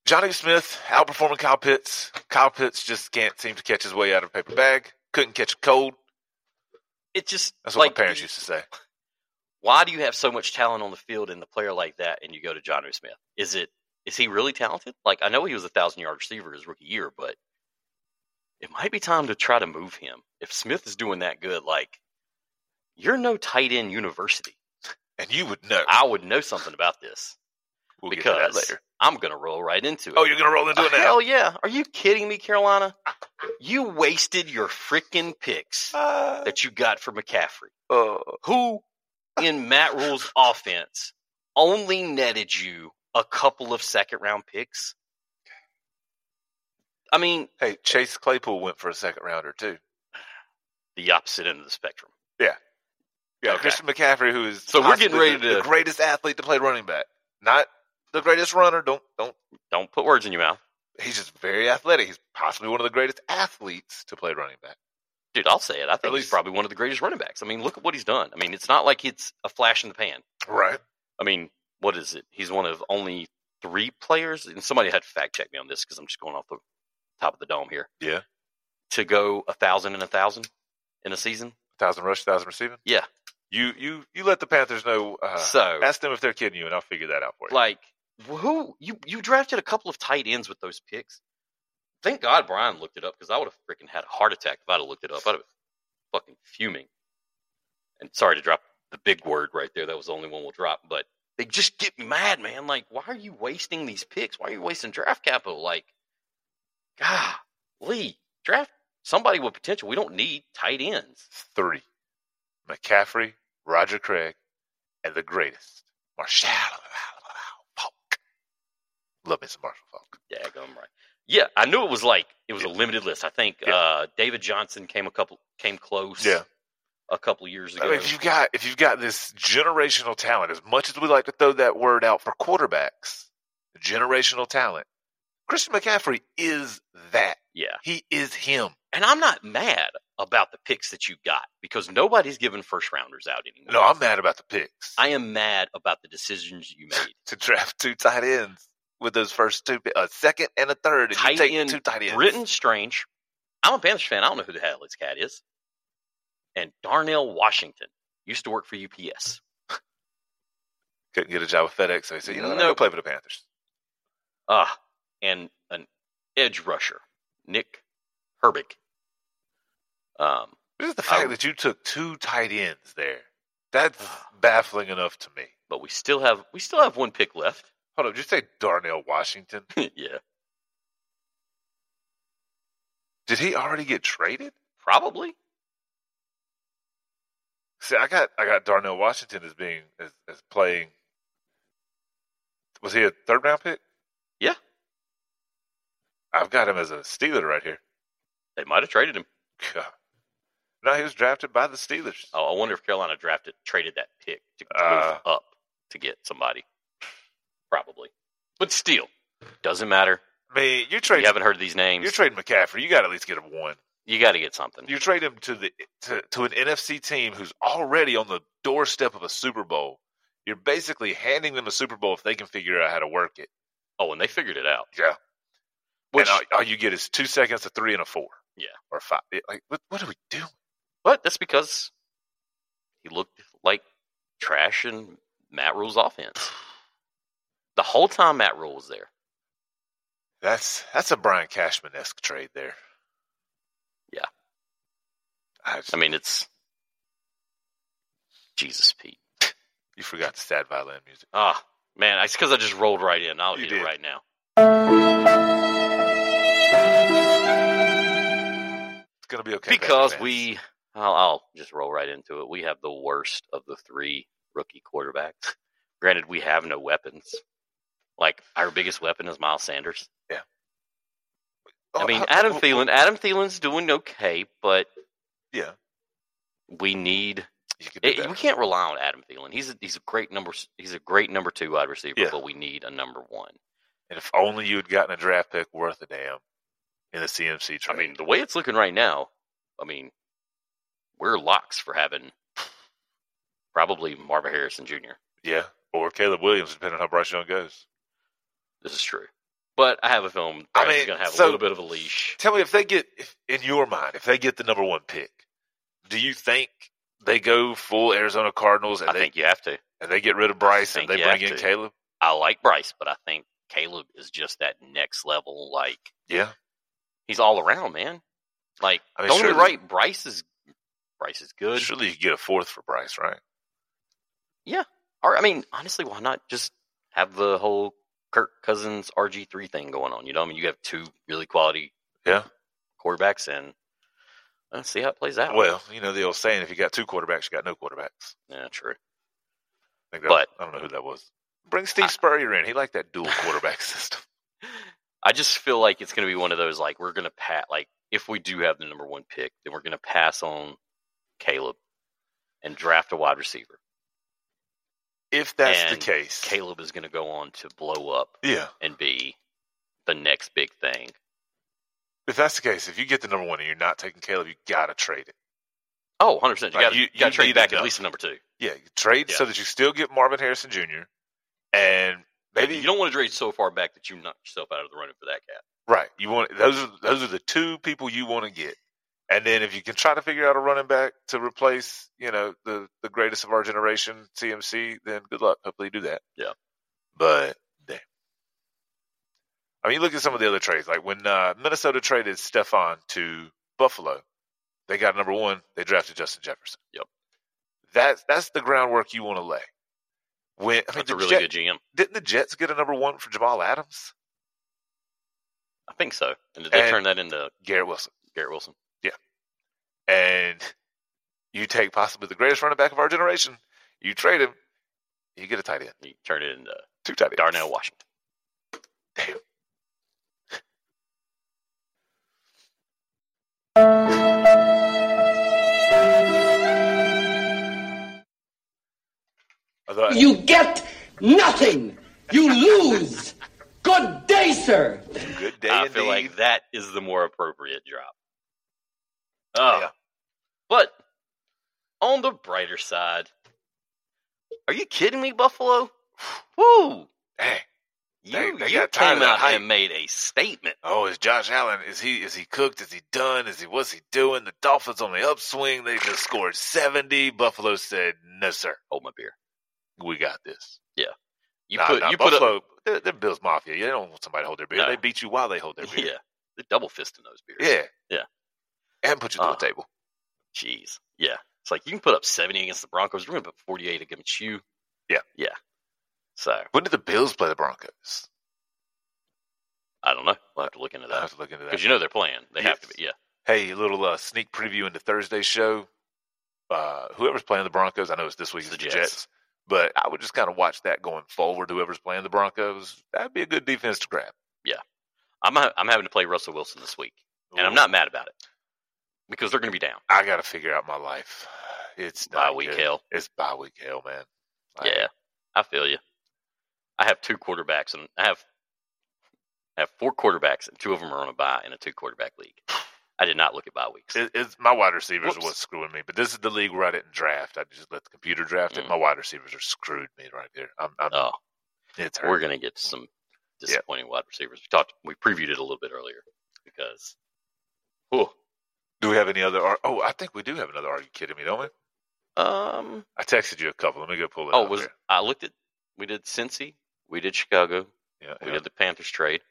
Johnny Smith outperforming Kyle Pitts. Kyle Pitts just can't seem to catch his way out of a paper bag. Couldn't catch a cold.
It just
That's what
like,
my parents used to say.
Why do you have so much talent on the field and the player like that, and you go to John Smith? Is it is he really talented? Like I know he was a thousand yard receiver his rookie year, but it might be time to try to move him. If Smith is doing that good, like you're no tight end university.
And you would know.
I would know something about this.
We'll get to
because
that later.
I'm gonna roll right into it.
Oh, you're gonna roll into
Uh,
it now.
hell yeah! Are you kidding me, Carolina? You wasted your freaking picks
Ah,
that you got for McCaffrey,
oh.
who in Matt Rule's offense only netted you a couple of second round picks. I mean,
Hey, Chase Claypool went for a second rounder too.
the opposite end of the spectrum.
Yeah,
Okay.
Christian McCaffrey, who is
So we're getting
possibly
ready
the,
to-
the greatest athlete to play running back, not the greatest runner. Don't don't.
Don't put words in your mouth,
He's just very athletic. He's possibly one of the greatest athletes to play running back.
dude. I'll say it. I think he's
least-
probably one of the greatest running backs. I mean, look at what he's done. I mean, it's not like it's a flash in the pan.
Right.
I mean, what is it? He's one of only three players, and somebody had to fact check me on this because I'm just going off the top of the dome here.
Yeah.
To go a thousand and a thousand in a season.
Thousand rush, thousand receiving.
Yeah.
You you you let the Panthers know. Uh,
so,
ask them if they're kidding you, and I'll figure that out for you.
like, who you you drafted a couple of tight ends with those picks? Thank God Brian looked it up because I would have freaking had a heart attack if I'd have looked it up. I'd have been fucking fuming. And sorry to drop the big word right there. That was the only one we'll drop, but they just get me mad, man. Like, why are you wasting these picks? Why are you wasting draft capital? Like, God, Lee, draft somebody with potential. We don't need tight ends.
Three: McCaffrey, Roger Craig, and the greatest Marshall Falk. Love me some Marshall Falk.
Yeah, gum right. Yeah, I knew it was like it was a limited list. I think
Yeah.
uh, David Johnson came a couple came close.
Yeah.
a couple years ago.
I mean, if you've got if you've got this generational talent, as much as we like to throw that word out for quarterbacks, generational talent, Christian McCaffrey is that.
yeah,
He is him.
and I'm not mad about the picks that you got because nobody's giving first rounders out anymore.
No, I'm mad about the picks
I am mad about the decisions you made.
to draft two tight ends with those first two, pi- a second and a third, and
Tight
you take
end
two tight ends.
Britton Strange. I'm a Panthers fan. I don't know who the hell this cat is. And Darnell Washington used to work for UPS.
couldn't get a job with FedEx, so he said, "You know, what, I'll
Nope.
go play for the Panthers."
Uh, and an edge rusher, Nick Herbig. Um,
Just the fact that you took two tight ends there. That's baffling enough to me.
But we still have we still have one pick left.
Hold up, did you say Darnell Washington?
yeah,
Did he already get traded?
probably.
See, I got I got Darnell Washington as being as, as playing. Was he a third round pick?
Yeah.
I've got him as a Steeler right here.
They might have traded him.
God. No, he was drafted by the Steelers.
Oh, I I wonder if Carolina drafted traded that pick to move
Uh.
up to get somebody. Probably, but still, doesn't matter.
I mean, you
You
trade
haven't heard of these
you're
names.
trading McCaffrey. You got to at least get him one.
You got to get something.
You trade him to the to, to an NFC team who's already on the doorstep of a Super Bowl. You're basically handing them a Super Bowl if they can figure out how to work it.
Oh, and they figured it out.
Yeah.
Which
and all, all you get is two seconds, a three, and a four.
Yeah.
or a five. It- Like, what, what are we doing?
But that's because he looked like trash in Matt Rule's offense. The whole time Matt Rule was there.
That's that's a Brian Cashman esque trade there.
Yeah.
I, just-
I mean, it's Jesus, Pete.
you forgot the sad violin music.
Ah, man, it's because I just rolled right in. I'll
You
hit
did.
it right now.
It's gonna be okay
because
Packer
we, I'll, I'll just roll right into it. We have the worst of the three rookie quarterbacks. Granted, we have no weapons. Like our biggest weapon is Miles Sanders.
fans.
I mean,
Oh,
Adam
oh, oh,
Thielen. Adam Thielen's doing okay, but
Yeah,
we need.
you can do
It,
that.
we can't rely on Adam Thielen. He's a, he's a great number. He's a great number two wide receiver,
Yeah.
but we need a number one.
And if only you had gotten a draft pick worth a damn in the CMC trade.
I mean, the way it's looking right now, I mean, we're locks for having probably Marvin Harrison Jr.
yeah, or Caleb Williams, depending on how Bryce Young goes.
This is true. But I have a film
I
Bryce
mean,
is going to have
so-
a little bit of a leash.
Tell me if they get, if, in your mind, if they get the number one pick, do you think they go full Arizona Cardinals and
I
they
think you have to.
and they get rid of Bryce and
think
they
you
bring
have
in
to.
Caleb?
I like Bryce, but I think Caleb is just that next level. Like,
Yeah,
he's all around, man. Like,
I mean,
don't get
surely-
me right. Bryce is Bryce is good.
surely you get a fourth for Bryce, right?
Or, I mean, honestly, why not just have the whole Kirk Cousins RG3 thing going on? You know, I mean, you have two really quality
Yeah.
quarterbacks, and let's see how it plays out.
Well, you know the old saying: if you got two quarterbacks, you got no quarterbacks.
yeah, true.
I think that-
But-
I don't know who that was. Bring Steve Spurrier in. He liked that dual quarterback system.
I just feel like it's going to be one of those like we're going to pat like if we do have the number one pick, then we're going to pass on Caleb and draft a wide receiver.
If that's the
And
case,
Caleb is going to go on to blow up
yeah.
and be the next big thing.
If that's the case, if you get the number one and you're not taking Caleb, you gotta trade it.
Oh, 100 percent. You
Like,
got
you-
to got
you
to trade
need
back
enough.
at least a number two.
Yeah, you trade so that you still get Marvin Harrison Jr. and maybe
you don't want to trade so far back that you knock yourself out of the running for that cat.
Right. You want those are those are the two people you want to get. And then if you can try to figure out a running back to replace, you know, the the greatest of our generation, CMC, then good luck. Hopefully you do that.
Yeah.
But damn. I mean, you look at some of the other trades. Like when uh, Minnesota traded Stefan to Buffalo, they got number one. They drafted Justin Jefferson.
Yep.
That's that's the groundwork you want to lay. When I mean,
That's
the
a really
Jet-
good GM.
didn't the Jets get a number one for Jamal Adams,
I think so. And did they
And-
turn that into
Garrett Wilson?
Garrett Wilson?
and you take possibly the greatest running back of our generation, you trade him, you get a tight end,
He turned it into
two tight ends.
Darnell Washington.
Although,
You get nothing. You lose. Good day, sir.
good day.
I feel
indeed.
like that is the more appropriate drop. Oh.
Yeah.
But on the brighter side, are you kidding me, Buffalo? Woo!
Dang.
You,
They- they
you
got tired
came
of that
out
hype.
and made a statement.
Oh, is Josh Allen? Is he? Is he cooked? Is he done? Is he? What's he doing? The Dolphins on the upswing. They just scored seventy. Buffalo said, "No, sir,
Hold Oh, my beer.
we got this."
You
Nah,
put
nah,
you put up,
Buffalo. they're, they're Bills Mafia. They don't want somebody to hold their beer.
No.
They beat you while they hold their beer.
yeah, the double fist in those beers.
Yeah.
Yeah.
And put you
Uh,
on the table.
Jeez. Yeah. It's like you can put up 70 against the Broncos. You're going to put 48 against you.
Yeah.
Yeah. So
When did the Bills play the Broncos?
I don't know. We'll have to look into
I
that
have to look into that.
because you know they're playing. They have to
Yes.
be. Yeah.
hey, a little uh, sneak preview into Thursday's show. Uh, whoever's playing the Broncos, I know it's this week, it's the, Jets. but I would just kind of watch that going forward. Whoever's playing the Broncos, that'd be a good defense to grab.
I'm ha- I'm having to play Russell Wilson this week, and I'm not mad about it because they're going to be down
I got to figure out my life. It's
by
not
week
good.
hell.
It's bye week hell, man. Like,
Yeah, I feel you. I have two quarterbacks, and I have I have four quarterbacks, and two of them are on a bye in a two quarterback league. I did not look at bye weeks.
It, it's my wide receivers are
Whoops.
what's screwing me. But this is the league where I didn't draft. I just let the computer draft it.
Mm.
My wide receivers are screwed me right there. I'm, I'm
Oh,
it's hurt.
we're going to get some disappointing wide receivers. We talked, we previewed it a little bit earlier because, whew,
Do we have any other? ar- Oh, I think we do have another. Are you kidding me? Don't we?
um,
I texted you a couple. Let me go pull it.
oh,
up
was
here.
I looked at? We did Cincy, we did Chicago,
Yeah,
we
yeah.
did the Panthers trade.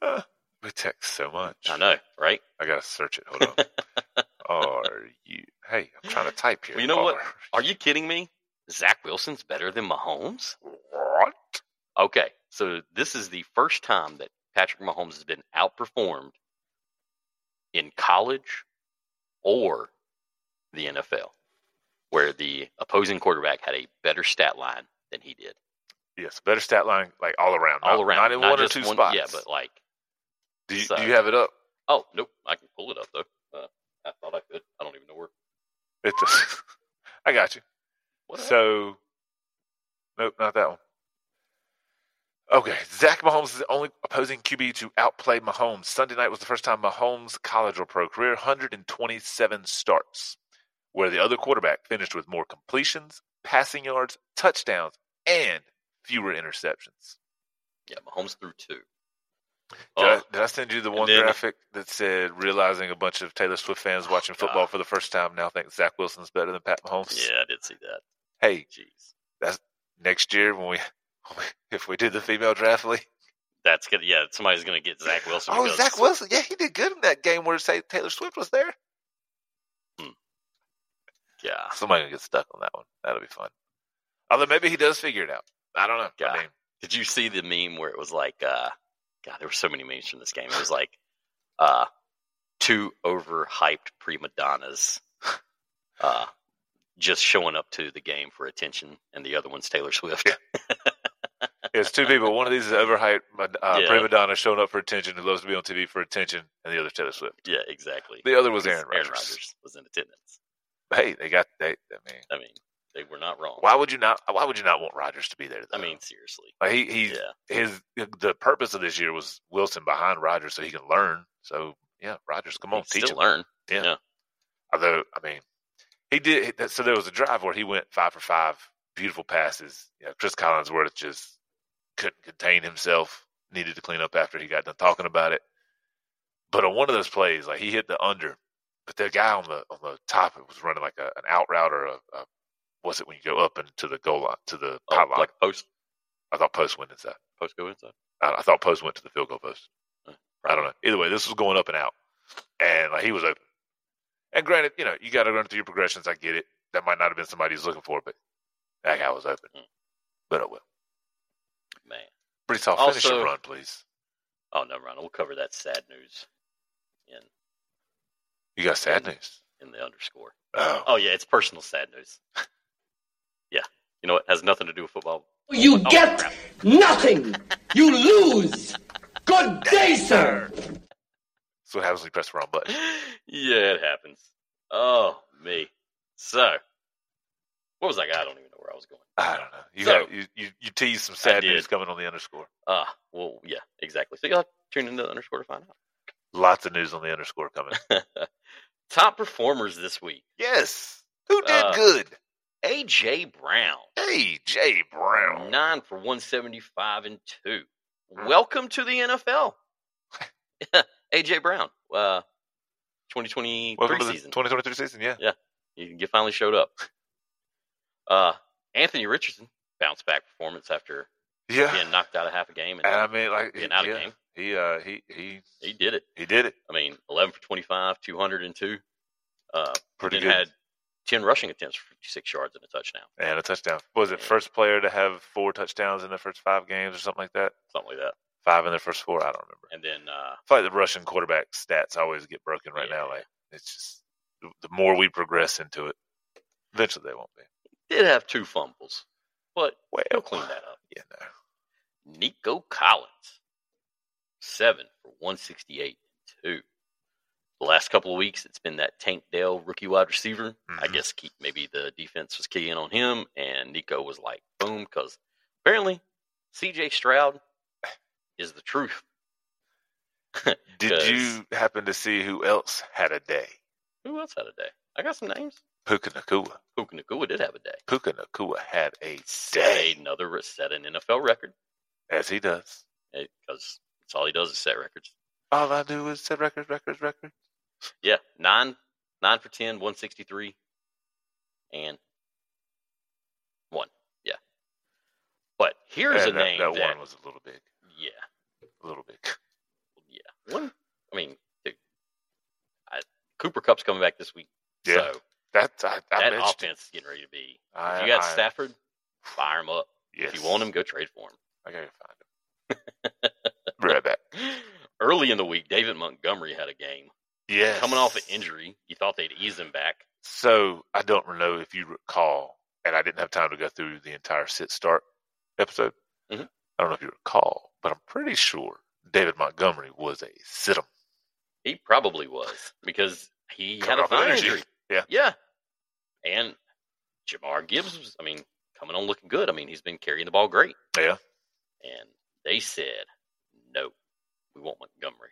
Uh, we text so much.
I know, right?
I gotta search it. Hold on. are you? Hey, I'm trying to type here.
Well, you know what?
Are-
Are you kidding me? Zach Wilson's better than Mahomes.
What?
Okay, so this is the first time that Patrick Mahomes has been outperformed in college or the NFL, where the opposing quarterback had a better stat line than he did.
Yes, better stat line, like all around.
All
not,
around,
not in one or
just
two spots.
Yeah, but like,
do you,
so-
do you have it up?
oh nope, I can pull it up though. Uh, I thought I could. I don't even know where.
It's a, I got you.
What happened?
So, nope, not that one. Okay, Zach Mahomes is the only opposing QB to outplay Mahomes. Sunday night was the first time Mahomes' college or pro career 127 starts, where the other quarterback finished with more completions, passing yards, touchdowns, and fewer interceptions.
yeah, Mahomes threw two.
Did,
Oh,
I, did I send you the
and
one
then-
graphic that said realizing a bunch of Taylor Swift fans watching football for the first time now think Zach Wilson's better than Pat Mahomes?
Oh, yeah, I did see that.
Hey,
Jeez,
next year when we if we did the female draft league.
that's gonna. Yeah, somebody's gonna get Zach Wilson.
Oh,
because-
Zach Wilson. Yeah, he did good in that game where say Taylor Swift was there.
Yeah,
Somebody gonna get stuck on that one. That'll be fun. Although maybe he does figure it out. I don't know.
Yeah.
I mean,
Did you see the meme where it was like, uh, God, there were so many memes from this game. It was like, uh, two overhyped prima donnas, uh, just showing up to the game for attention, and the other one's Taylor Swift.
it's two people. One of these is overhyped uh,
Yeah.
prima donna showing up for attention, who loves to be on TV for attention, and the other Taylor Swift.
yeah, exactly.
The other was Aaron
Because
Rodgers.
was in attendance.
Hey, they got. They, I mean,
I mean, they were not wrong.
why would you not? Why would you not want Rodgers to be there?
I
though?
mean, seriously.
like he, he's
Yeah,
his the purpose of this year was Wilson behind Rodgers so he can learn. So yeah, Rodgers, come on,
He'd
teach
still
him.
learn.
Although, I mean, he did. he- So there was a drive where he went five for five, beautiful passes. You know, Chris Collinsworth just couldn't contain himself, needed to clean up after he got done talking about it. But on one of those plays, like he hit the under, but the guy on the on the top was running like a, an out route or a, a what's it when you go up and to the goal line to the
Oh,
hot line.
like post
I thought post went inside.
post go inside.
I, I thought post went to the field goal post.
Uh,
I don't know. Either way, this was going up and out, and like he was open. And granted, you know, you got to run through your progressions. I get it. That might not have been somebody he's looking for, but that guy was open.
Mm.
But oh well.
Man.
Brees Hall, finish
Also-
your run, please.
Oh, never mind. We'll cover that sad news in
You got sad news.
in the underscore.
Oh,
Oh yeah, it's personal sad news. yeah, you know what? Has nothing to do with football.
You
Oh,
get
crap.
nothing. You lose. Good day, sir.
that's what happens when you press the wrong button.
yeah, it happens. Oh me. So, what was I? I don't even know where I was going.
I don't know. You
So-
got you, you you teased some sad
did.
news coming on the underscore.
Ah, well, yeah, exactly. So you'll have to tune into the underscore to find
Lots of news on the underscore coming.
out. Top performers this week:
yes. Who did
Uh,
good?
AJ Brown,
AJ Brown.
nine for one seventy-five and two. Welcome to the NFL, AJ Brown. Uh, twenty twenty-three
Welcome to the
season.
2023 season. Yeah.
He he finally showed up. Uh, Anthony Richardson bounced back performance after
Yeah.
being knocked out of half a game, and
And I mean, like
being out of
yeah,
game.
He uh he he
he did it.
he did it.
I mean, eleven for twenty-five, two hundred and two. Uh,
Pretty
then
good.
had 10 rushing attempts for 56 yards and a touchdown,
and a touchdown. What was it first player to have four touchdowns in the first five games or something like that?
something like that.
Five in the first four. I don't remember.
And then uh,
It's like the Russian quarterback stats always get broken right now.
Yeah.
Like it's just the- the more we progress into it, eventually they won't be.
did have two fumbles, but
Well,
he'll clean that up.
Yeah, no.
Nico Collins, seven for 168 and two. The last couple of weeks, it's been that Tank Dell rookie wide receiver. I
Mhm.
guess keep, maybe the defense was keying on him, and Nico was like, boom, because apparently CJ Stroud is the truth.
Did
'Cause-
you happen to see who else had a day?
Who else had a day? I got some names.
Puka Nakua.
Puka Nakua did have a day.
Puka Nakua had a
Set
day,
another re- set an NFL record
as he does.
because that's all he does is set records.
All I do is set records, records, records.
Yeah, nine, nine for 10, 163, and one. Yeah. But here's
Yeah,
a
that,
name
that
that,
one was a little big,
yeah,
a little big.
yeah. One, I mean, dude, I, Cooper Cup's coming back this week.
Yeah,
so
that I, I
that
mentioned.
offense is getting ready to be.
I-
if you got
I-
Stafford, fire him up. If you want him, go trade for him.
I gotta find him. Be right back.
Early in the week, David Montgomery had a game.
Yes.
Coming off an injury, you thought they'd ease him back.
So I don't know if you recall, and I didn't have time to go through the entire sit start episode.
Mhm.
I don't know if you recall, but I'm pretty sure David Montgomery was a sit 'em.
He probably was because he had
Coming
a
off an
thigh
injury.
injury.
Yeah.
yeah. And Jamar Gibbs was, I mean, coming on looking good. I mean, he's been carrying the ball great.
Yeah.
And they said, no, we want Montgomery.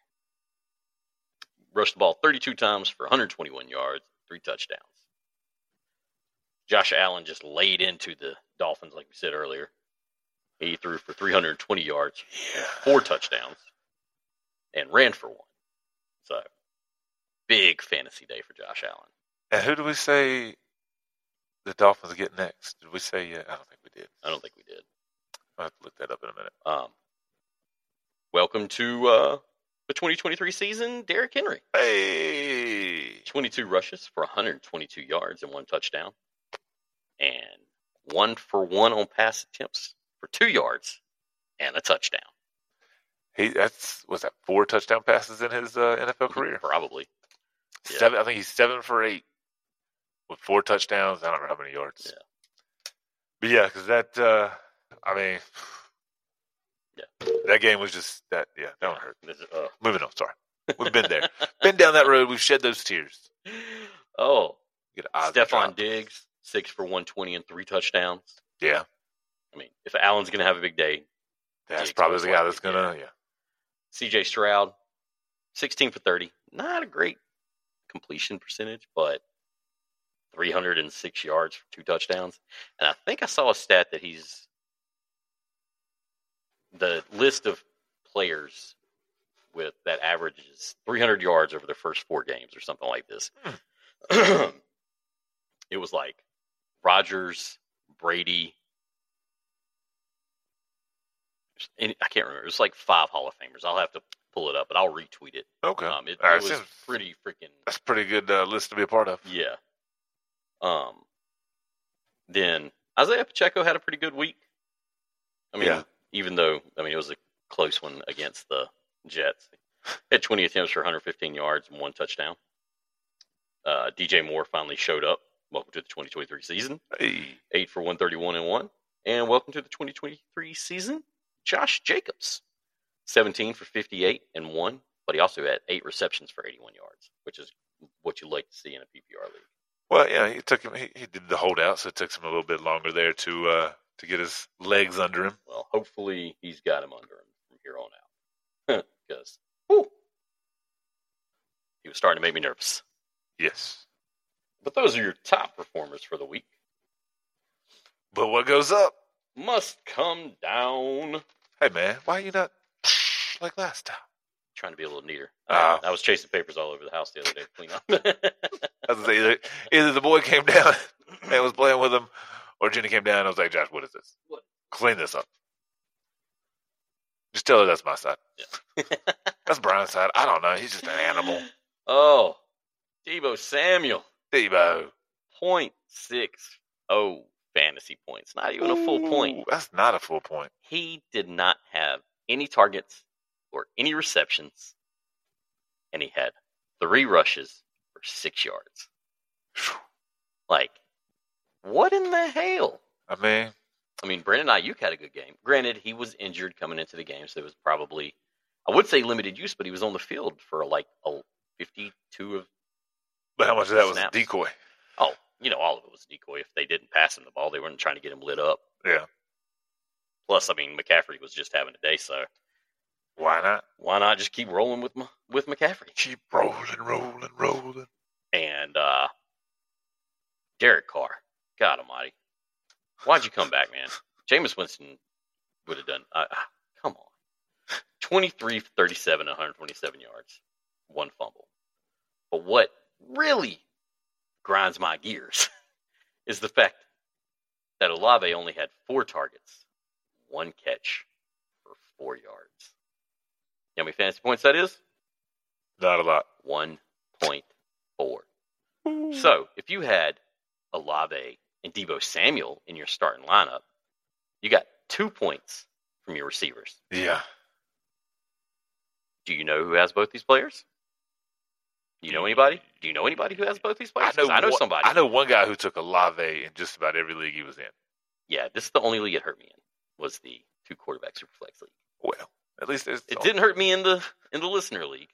Rushed the ball 32 times for 121 yards, three touchdowns. Josh Allen just laid into the Dolphins, like we said earlier. He threw for 320 yards, four touchdowns, and ran for one. So, big fantasy day for Josh Allen.
And who do we say the Dolphins get next? Did we say yeah? I don't think we did.
I don't think we did.
I'll have to look that up in a minute.
Um, welcome to uh, the 2023 season, Derrick Henry.
Hey,
22 rushes for 122 yards and one touchdown, and one for one on pass attempts for two yards and a touchdown.
he that's was that four touchdown passes in his uh, NFL
Mm-hmm.
career.
Probably. Yeah.
Seven, I think he's seven for eight with four touchdowns. I don't know how many yards.
Yeah.
But yeah, because that, uh, I mean, that game was just that. Yeah, that one hurt.
This is- uh,
Moving on. Sorry, we've been there, been down that road. We've shed those tears.
oh,
Get
Stephon Diggs, six for 120 and three touchdowns.
Yeah,
I mean, if Allen's going to have a big day,
that's
Diggs
probably
most
the guy
likely,
that's gonna. Yeah,
CJ Stroud, 16 for 30. Not a great completion percentage, but 306 yards for two touchdowns. And I think I saw a stat that he's the list of players with that averages 300 yards over their first four games or something like this. it was like Rogers, Brady, and I can't remember. It was like five Hall of Famers. I'll have to pull it up, but I'll retweet it.
okay,
Um, it,
All right,
it was
sounds-
pretty freaking
that's a pretty good uh, list to be a part of.
yeah. Um. Then Isaiah Pacheco had a pretty good week. I mean,
Yeah.
even though I mean it was a close one against the Jets, had 20 attempts for 115 yards and one touchdown. Uh, DJ Moore finally showed up. Welcome to the 2023 season.
Hey,
Eight for 131 and one. And welcome to the 2023 season. Josh Jacobs, 17 for 58 and one, but he also had eight receptions for 81 yards, which is what you like to see in a PPR league.
Well, yeah, it took him. He, he did the holdout, so it took him a little bit longer there to uh, to get his legs under him.
Well, hopefully he's got him under him from here on out. Because he was starting to make me nervous.
Yes.
But those are your top performers for the week.
But what goes up?
Must come down.
Hey man, why you not like last time?
Trying to be a little neater.
Ah.
I was chasing papers all over the house the other day to clean up.
I was gonna say, either, either the boy came down and was playing with him, or Jenny came down and was like, Josh, what is this?
What?
Clean this up. Just tell her that's my side. that's Brian's side. I don't know. He's just an animal.
Oh, Debo Samuel,
Debo.
0.60 fantasy points. Not even a full point.
Ooh, That's not a full point.
He did not have any targets or any receptions, and he had three rushes for six yards.
Phew.
Like, what in the hell?
I mean,
I mean, Brandon Ayuk had a good game. Granted, he was injured coming into the game, so it was probably, I would say limited use, but he was on the field for like a 52 of,
but how much of that was
Snaps.
decoy?
oh, you know, all of it was decoy. If they didn't pass him the ball, they weren't trying to get him lit up.
Yeah.
Plus, I mean, McCaffrey was just having a day, so
Why not?
why not just keep rolling with Ma- with McCaffrey?
Keep rolling, rolling, rolling.
And uh Derek Carr, God Almighty, why'd you come back, man? Jameis Winston would have done. Uh, uh, come on, 23, 37, 127 yards, one fumble. But what really grinds my gears is the fact that Olave only had four targets, one catch for four yards. You know how many fantasy points that is?
Not a lot.
1.4. So if you had Olave and Debo Samuel in your starting lineup, you got two points from your receivers.
Yeah.
Do you know who has both these players? Do you know anybody? Do you know anybody who has both these players? 'Cause I know
one-
somebody.
I know one guy who took Olave in just about every league he was in.
Yeah, this is the only league it hurt me in was the two quarterback superflex league.
Well, at least there's oh,
It didn't hurt me in the in the listener league.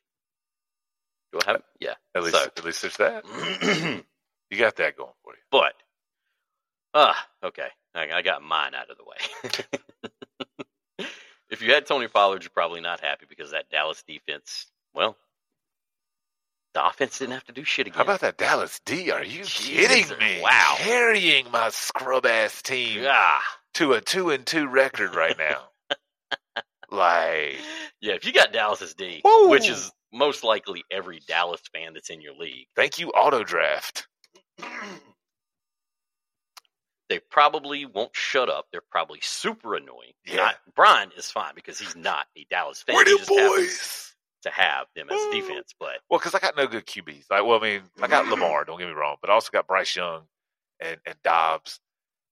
Do I have?
At least,
so.
at least there's that.
Yeah.
You got that going for you.
But, ah, okay, I, I got mine out of the way. if you had Tony Pollard, you're probably not happy because that Dallas defense. Well, the offense didn't have to do shit again.
How about that Dallas D? Are you
Jesus,
kidding me?
wow.
Carrying my scrub ass team
Yeah,
to a two and two record right now. like
yeah. If you got Dallas's D,
Woo!
which is most likely every Dallas fan that's in your league,
thank you, auto draft.
they probably won't shut up. They're probably super annoying.
Yeah.
Not, Brian is fine because he's not a Dallas fan.
We're
He
new
just happens
boys.
to have them as
Woo!
defense, but.
Well, because I got no good QBs. Like, well, I mean, I got Lamar. Don't get me wrong, but I also got Bryce Young and and Dobbs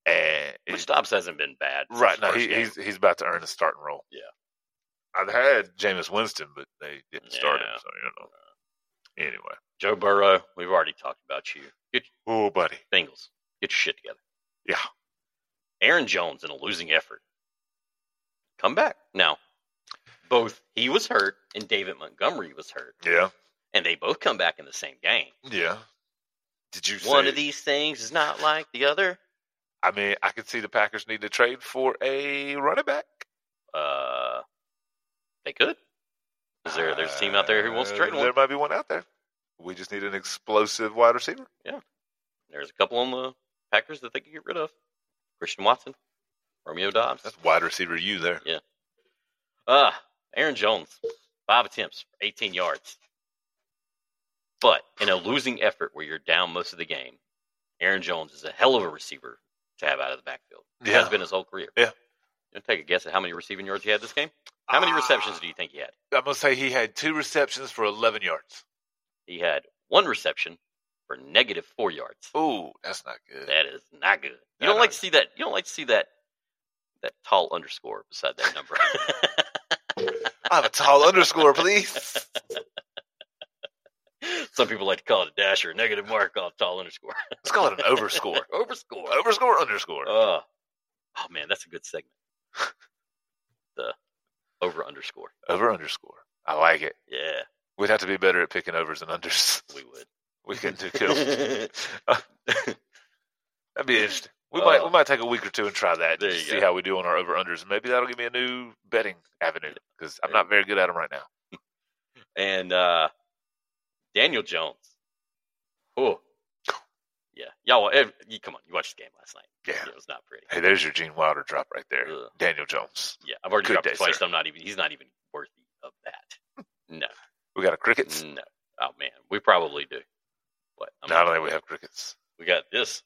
and
Which Dobbs hasn't been bad. since
Right.
the
No,
first
he,
game.
he's he's about to earn a starting role.
Yeah.
I've had Jameis Winston, but they didn't start him,
Yeah.
so you know. Anyway.
Joe Burrow. We've already talked about you. Get
Oh, buddy.
your Bengals. Get your shit together.
Yeah.
Aaron Jones in a losing effort. Come back now. Both he was hurt and David Montgomery was hurt,
Yeah.
and they both come back in the same game.
Yeah. Did you
One
say-
of these things is not like the other.
I mean, I could see the Packers need to trade for a running back.
Uh, they could. Is there there's a team out there who wants to trade
Uh,
one?
There might be one out there. We just need an explosive wide receiver.
There's a couple on the Packers that they can get rid of. Christian Watson, Romeo Dobbs.
That's wide receiver you there.
Uh, Aaron Jones, five attempts, 18 yards. But in a losing effort where you're down most of the game, Aaron Jones is a hell of a receiver to have out of the backfield. He
Yeah.
Has been his whole career.
Yeah.
You wanna take a guess at how many receiving yards he had this game? How many
Ah,
receptions do you think he had?
I'm gonna say he had two receptions for 11 yards.
He had one reception for negative four yards.
Ooh, that's not good.
That is not good. You
No,
don't
no,
like
no.
to see that. You don't like to see that that tall underscore beside that number.
I have a tall underscore, please.
Some people like to call it a dash or a negative mark off tall underscore.
Let's call it an overscore.
Overscore.
Overscore, underscore.
Uh, oh man, that's a good segment. the over underscore.
Over underscore. I like it.
Yeah,
We'd have to be better at picking overs and unders.
we would.
We couldn't do kills. That'd be interesting. We
Uh,
might we might take a week or two and try that.
there
and
you
see
go.
how we do on our over unders. Maybe that'll give me a new betting avenue because I'm not very good at them right now.
and uh, Daniel Jones. Oh, yeah. Y'all, ev- you- come on. You watched the game last night.
Yeah.
it was not pretty.
Hey, there's your Gene Wilder drop right there.
Ugh.
Daniel Jones.
Yeah, I've already
Good
dropped
day,
it twice.
sir.
I'm not even. He's not even worthy of that. No,
We got a crickets.
no. Oh man, we probably do. But I'm
Not only we have crickets.
we got this.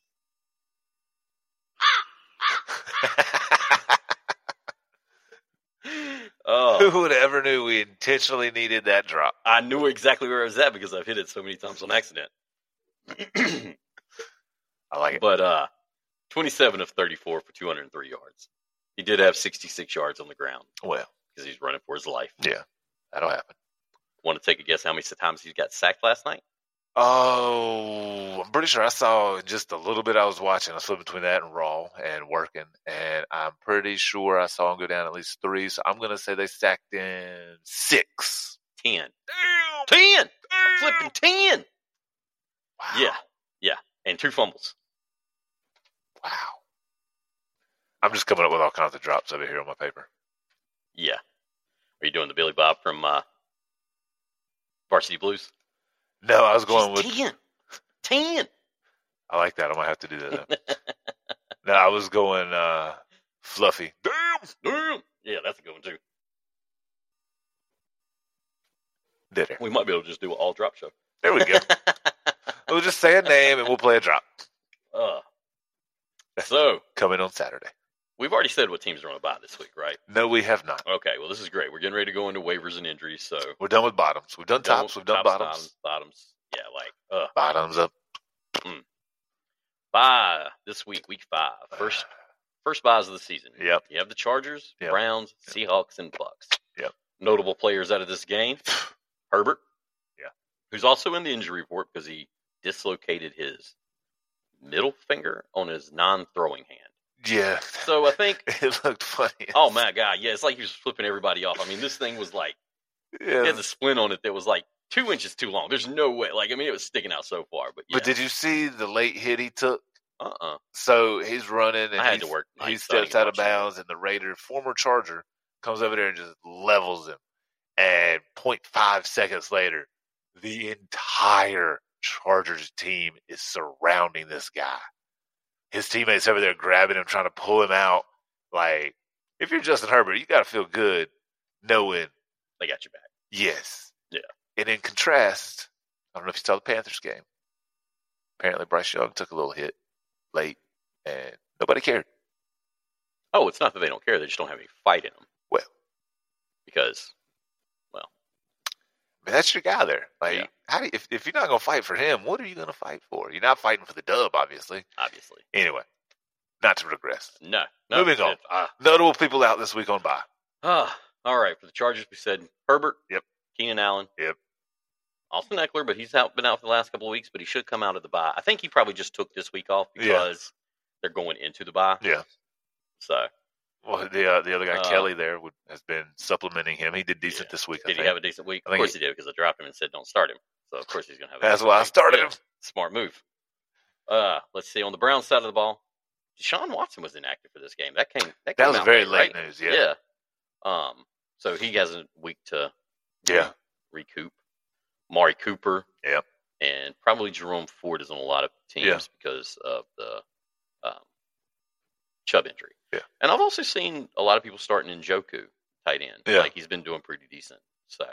Oh,
Who would ever knew we intentionally needed that drop?
I knew exactly where it was at because I've hit it so many times on accident.
I like it.
but uh, 27 of 34 for 203 yards. He did have 66 yards on the ground
Well,
because he's running for his life.
yeah, that'll happen.
Want to take a guess how many times he got sacked last night?
Oh, I'm pretty sure I saw just a little bit. I was watching. I was flipping between that and Raw and working, and I'm pretty sure I saw him go down at least three. So I'm gonna say they sacked in six.
10.
Damn,
10!
damn.
Flipping 10!
Wow.
Yeah, yeah. And two fumbles.
Wow. I'm just coming up with all kinds of drops over here on my paper.
Yeah. Are you doing the Billy Bob from uh, Varsity Blues?
No, I was going with.
Just 10. 10.
I like that. I might have to do that. Now. no, I was going uh, fluffy. Damn,
Damn. Yeah, that's a good one, too.
did it.
We might be able to just do an all drop show.
There we go. we'll just say a name and we'll play a drop
Uh, so,
coming on Saturday.
we've already said what teams are on a bye this week, right?
No, we have not.
Okay, well, this is great. We're getting ready to go into waivers and injuries. So,
We're done with bottoms. We've done tops. We've done
tops,
bottoms.
bottoms. Yeah, like, uh,
Bottoms up.
bye this week, week five. First, first buys of the season.
Yep.
You have the Chargers,
Yep.
Browns, Seahawks, and Bucks.
Yep.
Notable players out of this game: Herbert,
Yeah.
who's also in the injury report because he dislocated his middle finger on his non-throwing hand.
Yeah.
So I think,
it looked funny.
oh my god, yeah, it's like he was flipping everybody off. I mean, this thing was like it
Yeah.
had the splint on it that was like two inches too long. There's no way. Like I mean, it was sticking out so far. But yeah,
But did you see the late hit he took?
uh uh
So he's running and
I had
he's-
to work.
he
nights, so I
steps
didn't
out of
watch it.
bounds, and the Raider, former Charger, comes over there and just levels him. And 0.5 seconds later, the entire Chargers team is surrounding this guy. His teammates over there grabbing him, trying to pull him out. Like, if you're Justin Herbert, you got to feel good knowing,
They got you back.
yes.
Yeah.
And in contrast, I don't know if you saw the Panthers game. Apparently, Bryce Young took a little hit late, and nobody cared.
Oh, it's not that they don't care; they just don't have any fight in them.
Well.
because
I mean, that's your guy there. Like,
Yeah.
how do you, if if you're not gonna fight for him, what are you gonna fight for? You're not fighting for the dub, obviously.
obviously,
Anyway, not to regress.
no, no.
Moving on.
it's- ah.
Notable people out this week on by.
Ah, all right. For the Chargers, we said Herbert.
Yep.
Keenan Allen.
Yep.
Austin Eckler, but he's out been out for the last couple of weeks, but he should come out of the bye. I think he probably just took this week off
Yeah.
because they're going into the bye.
Yeah.
So
Well, the uh, the other guy
Uh,
Kelly there would, has been supplementing him. He did decent
Yeah.
this week. I
did he
think.
have a decent week?
I
Of
think
course he, did because I dropped him and said don't start him. So of course he's gonna have. a
That's
decent
why I
week.
started
Yeah,
him.
Smart move. Uh, let's see. On the Brown side of the ball, Deshaun Watson was inactive for this game. That came. That,
that
came
was
out
very
late,
late
right?
news. Yeah,
Um. So he has a week to
yeah.
recoup. Mari Cooper.
Yep.
And probably Jerome Ford is on a lot of teams
Yeah.
because of the um, Chubb injury.
Yeah.
And I've also seen a lot of people starting in Joku tight end.
Yeah.
Like he's been doing pretty decent. So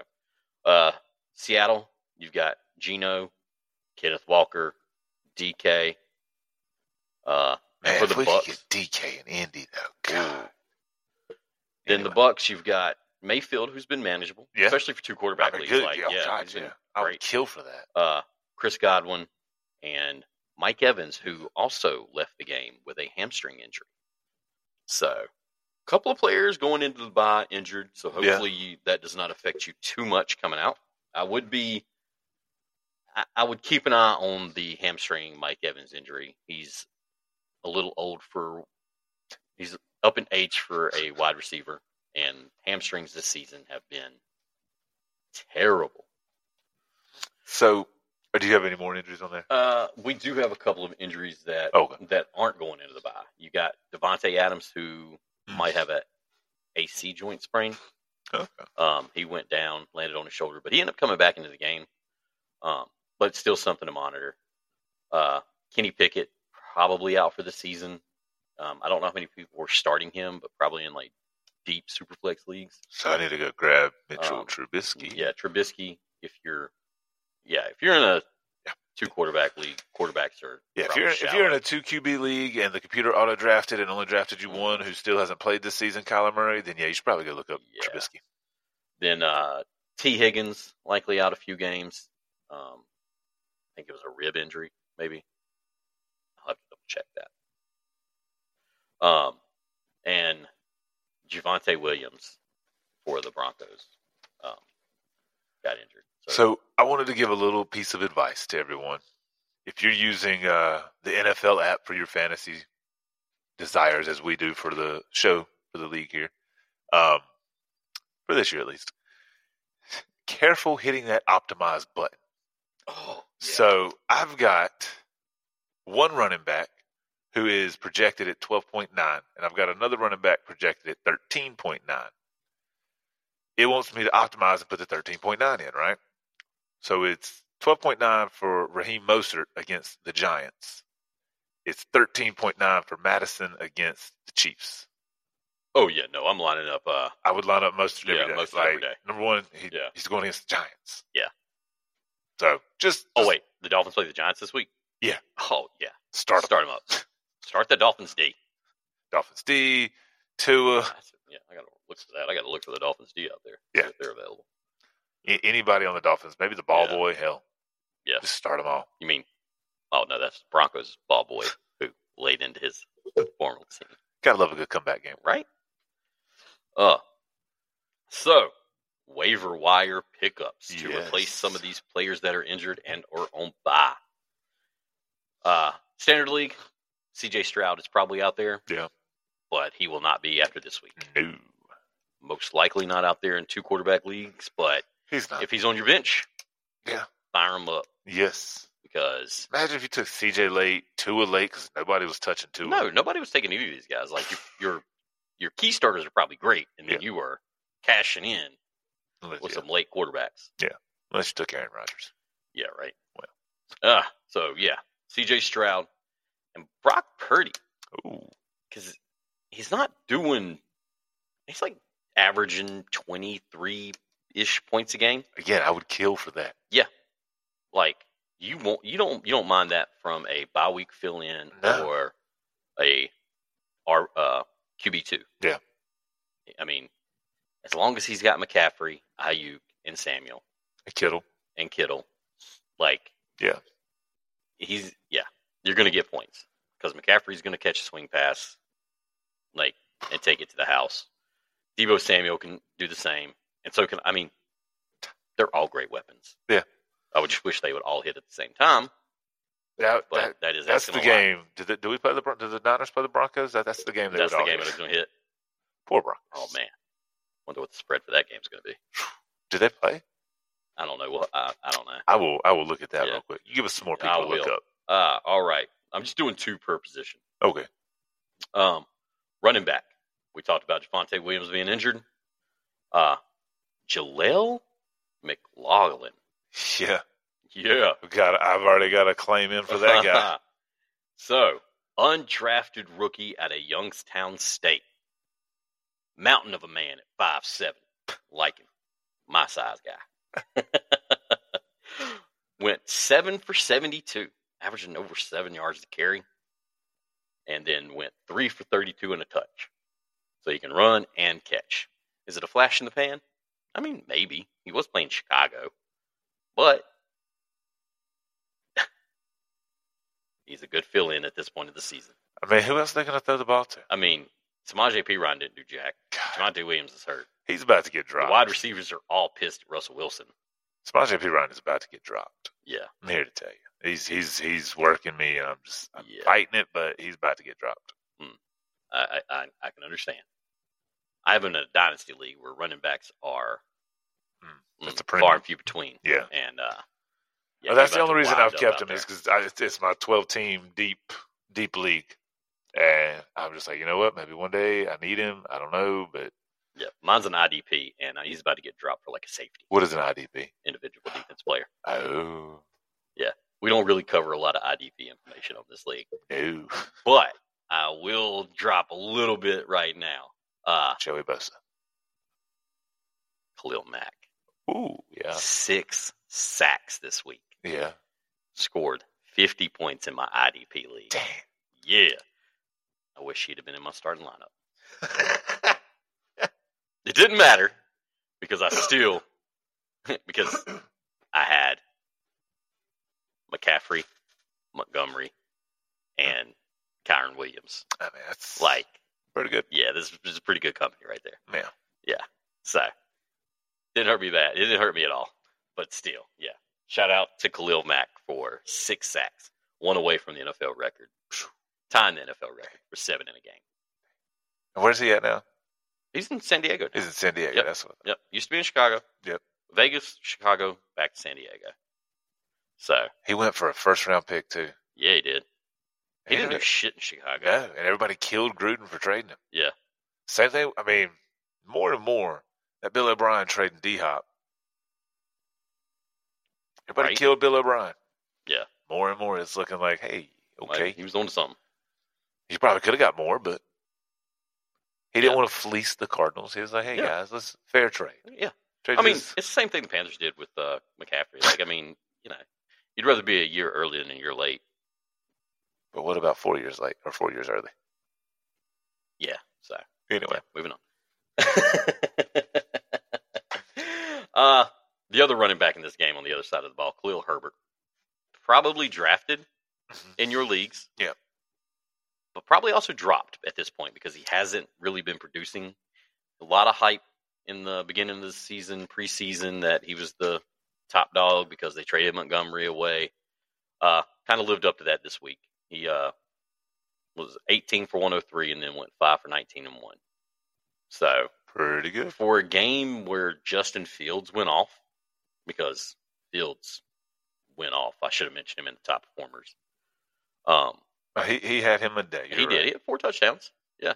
uh, Seattle, you've got Gino, Kenneth Walker, DK. Uh, and
Man,
for
if
the
we
Bucks,
could get DK and Indy though, God.
then the
Anyway.
Bucks, you've got Mayfield, who's been manageable,
Yeah.
especially for two
I'd
quarterback
be
leagues.
good.
Like,
yeah,
yeah,
God,
he's been
yeah. I would
great.
kill for that.
uh, Chris Godwin and Mike Evans, who also left the game with a hamstring injury. So, a couple of players going into the bye injured. So,
Yeah.
hopefully, you, that does not affect you too much coming out. I would be, I, I would keep an eye on the hamstring Mike Evans injury. He's a little old for, he's up in age for a wide receiver, and hamstrings this season have been terrible.
So, or do you have any more injuries on there?
Uh, we do have a couple of injuries that
Okay.
that aren't going into the bye. You got Devonte Adams, who
Hmm.
might have a AC joint sprain.
Okay.
Um, he went down, landed on his shoulder, but he ended up coming back into the game. Um, but it's still something to monitor. Uh, Kenny Pickett probably out for the season. Um, I don't know how many people were starting him, but probably in like deep superflex leagues.
So I need to go grab Mitchell
Um,
Trubisky.
Yeah, Trubisky. If you're, yeah, if you're in a two quarterback league, quarterbacks are
Yeah, if
probably
you're if you're in
shallow.
a two QB league and the computer auto drafted and only drafted you
Mhm.
one who still hasn't played this season, Kyler Murray, then yeah, you should probably go look up
Yeah.
Trubisky.
Then uh, T. Higgins likely out a few games. Um, I think it was a rib injury. maybe. I'll have to double check that. Um, and Javante Williams for the Broncos um, got injured.
So I wanted to give a little piece of advice to everyone. If you're using uh, the NFL app for your fantasy desires, as we do for the show for the league here, um, for this year at least, careful hitting that optimize button.
oh,
So I've got one running back who is projected at 12.9, and I've got another running back projected at 13.9. It wants me to optimize and put the 13.9 in, right? So it's 12.9 for Raheem Mostert against the Giants. It's 13.9 for Madison against the Chiefs.
oh yeah, no, I'm lining up. Uh,
I would line up most every day.
Yeah, Mostert every
Like,
day.
Number one, he,
Yeah.
he's going against the Giants.
Yeah.
So just,
oh wait, the Dolphins play the Giants this week.
Yeah.
Oh yeah,
start,
start them up. Start the Dolphins D.
Dolphins D, Tua,
That's- Yeah, I gotta look for that. I gotta look for the Dolphins D out there.
Yeah.
see if they're available.
a- anybody on the Dolphins, maybe the ball
Yeah.
boy, hell,
Yeah.
just start them all.
You mean? Oh no, that's Broncos ball boy who laid into his formal team,
Gotta love a good comeback game.
right? Uh, so waiver wire pickups to
Yes.
replace some of these players that are injured and or on bye. Uh, standard league, C.J. Stroud is probably out there.
Yeah.
but he will not be after this week.
No,
Most likely not out there in two quarterback leagues, but
he's not.
if he's on your bench,
Yeah.
fire him up
yes,
because
imagine if you took CJ late, Tua late, because nobody was touching Tua.
no, nobody was taking any of these guys. Like your your, your key starters are probably great, and then you were cashing in
unless,
with
yeah,
some late quarterbacks.
unless you took Aaron Rodgers.
Yeah, right.
Well.
uh, so yeah, C.J. Stroud and Brock Purdy
Ooh,
because he's not doing. He's like averaging twenty three ish points a game.
again, I would kill for that.
like you won't you don't you don't mind that from a bye week fill in
No.
or a R uh QB two.
Yeah.
I mean, as long as he's got McCaffrey, Ayuk, and Samuel
A Kittle,
and Kittle, like
Yeah.
he's yeah, you're gonna get points because McCaffrey's gonna catch a swing pass, like and take it to the house. Debo Samuel can do the same, and so can I mean, they're all great weapons.
Yeah.
I would just wish they would all hit at the same time,
That-
but
that-
that is
that's
asking a
the
lot.
game. Did the, do we play the Bron- did the Niners play the Broncos? That, that's the game. They
That's
would
the
all
game
hit.
that's gonna hit.
Poor Broncos.
Oh man, wonder what the spread for that game's gonna be.
Did they play?
I don't know. Well, I, I don't know.
I will. I will look at that
Yeah.
real quick. You give us some more
I
people to look
will.
up.
Uh, all right, I'm just doing two per position.
Okay.
Um, running back. We talked about Javante Williams being injured. Uh, Jaleel McLaughlin.
Yeah.
Yeah.
Got. I've already got a claim in for that guy.
so, undrafted rookie out of Youngstown State. Mountain of a man at five seven. Like him. My size guy. Went 7 for 72, averaging over 7 yards to carry. And then went 3 for 32 and a touch. So he can run and catch. Is it a flash in the pan? I mean, maybe. He was playing Chicago. But he's a good fill in at this point of the season.
I mean, who else are they going to throw the ball to?
I mean, Samaje P. Ryan didn't do jack.
God,
Javante Williams is hurt.
he's about to get
The
dropped.
wide receivers are all pissed at Russell Wilson.
Samaje Perine is about to get dropped.
Yeah.
I'm here to tell you, he's he's he's working me, and I'm just I'm
Yeah.
fighting it, but he's about to get dropped.
I, I, I, I can understand. I have him in a dynasty league where running backs are
Mm,
mm,
that's a
far
premium.
and few between.
Yeah,
And uh, yeah,
Well, that's
he's
the
about
only
to
reason
wind
I've
up
kept
out
him is
there.
because it's, it's my 12 team deep deep league, and I'm just like, you know what? Maybe one day I need him. I don't know, but
yeah, mine's an IDP, and uh, he's about to get dropped for like a safety
what is an IDP?
individual defense player.
Oh
We don't really cover a lot of IDP information on this league,
no,
but I will drop a little bit right now. Uh,
Joey Bosa.
Khalil Mack.
Ooh, yeah,
six sacks this week.
yeah.
Scored 50 points in my IDP league.
Damn.
Yeah. I wish he'd have been in my starting lineup. It didn't matter because I still, because I had McCaffrey, Montgomery, and Kyron Williams.
I mean, that's
Like,
pretty good.
yeah, this is- this is pretty good company right there.
Yeah.
So didn't hurt me bad. It didn't hurt me at all. But still, yeah. Shout out to Khalil Mack for six sacks, one away from the NFL record, tying the NFL record for seven in a game.
And Where's he at now?
He's in San Diego now.
He's in San Diego.
Yep.
That's what.
Yep. Used to be in Chicago.
Yep.
Vegas, Chicago, back to San Diego. So
He went for a first round pick too.
yeah, he did. He didn't do
Anyway,
shit in Chicago.
no, and everybody killed Gruden for trading him.
Yeah.
Same thing. I mean, more and more that Bill O'Brien trading D Hop. Everybody
Right.
killed Bill O'Brien.
Yeah.
More and more, it's looking like, hey,
Like,
okay,
he was on to something.
He probably could have got more, but he didn't
Yeah.
want to fleece the Cardinals. He was like, "Hey
Yeah.
guys, let's fair trade."
Yeah.
trade
I mean,
this.
it's the same thing the Panthers did with uh, McCaffrey. Like, I mean, you know, you'd rather be a year early than a year late.
but what about four years late or four years early?
Yeah. So
Anyway,
Yeah, moving on. uh, the other running back in this game on the other side of the ball, Khalil Herbert, probably drafted in your leagues.
Yeah.
But probably also dropped at this point because he hasn't really been producing a lot of hype in the beginning of the season, preseason, that he was the top dog because they traded Montgomery away. Uh, kind of lived up to that this week. He uh, was 18 for 103 and then went 5 for 19 and 1. So
pretty good.
for a game where Justin Fields went off, because Fields went off, I should have mentioned him in the top performers. Um,
Uh, He he had him a day.
he did. He had four touchdowns. Yeah.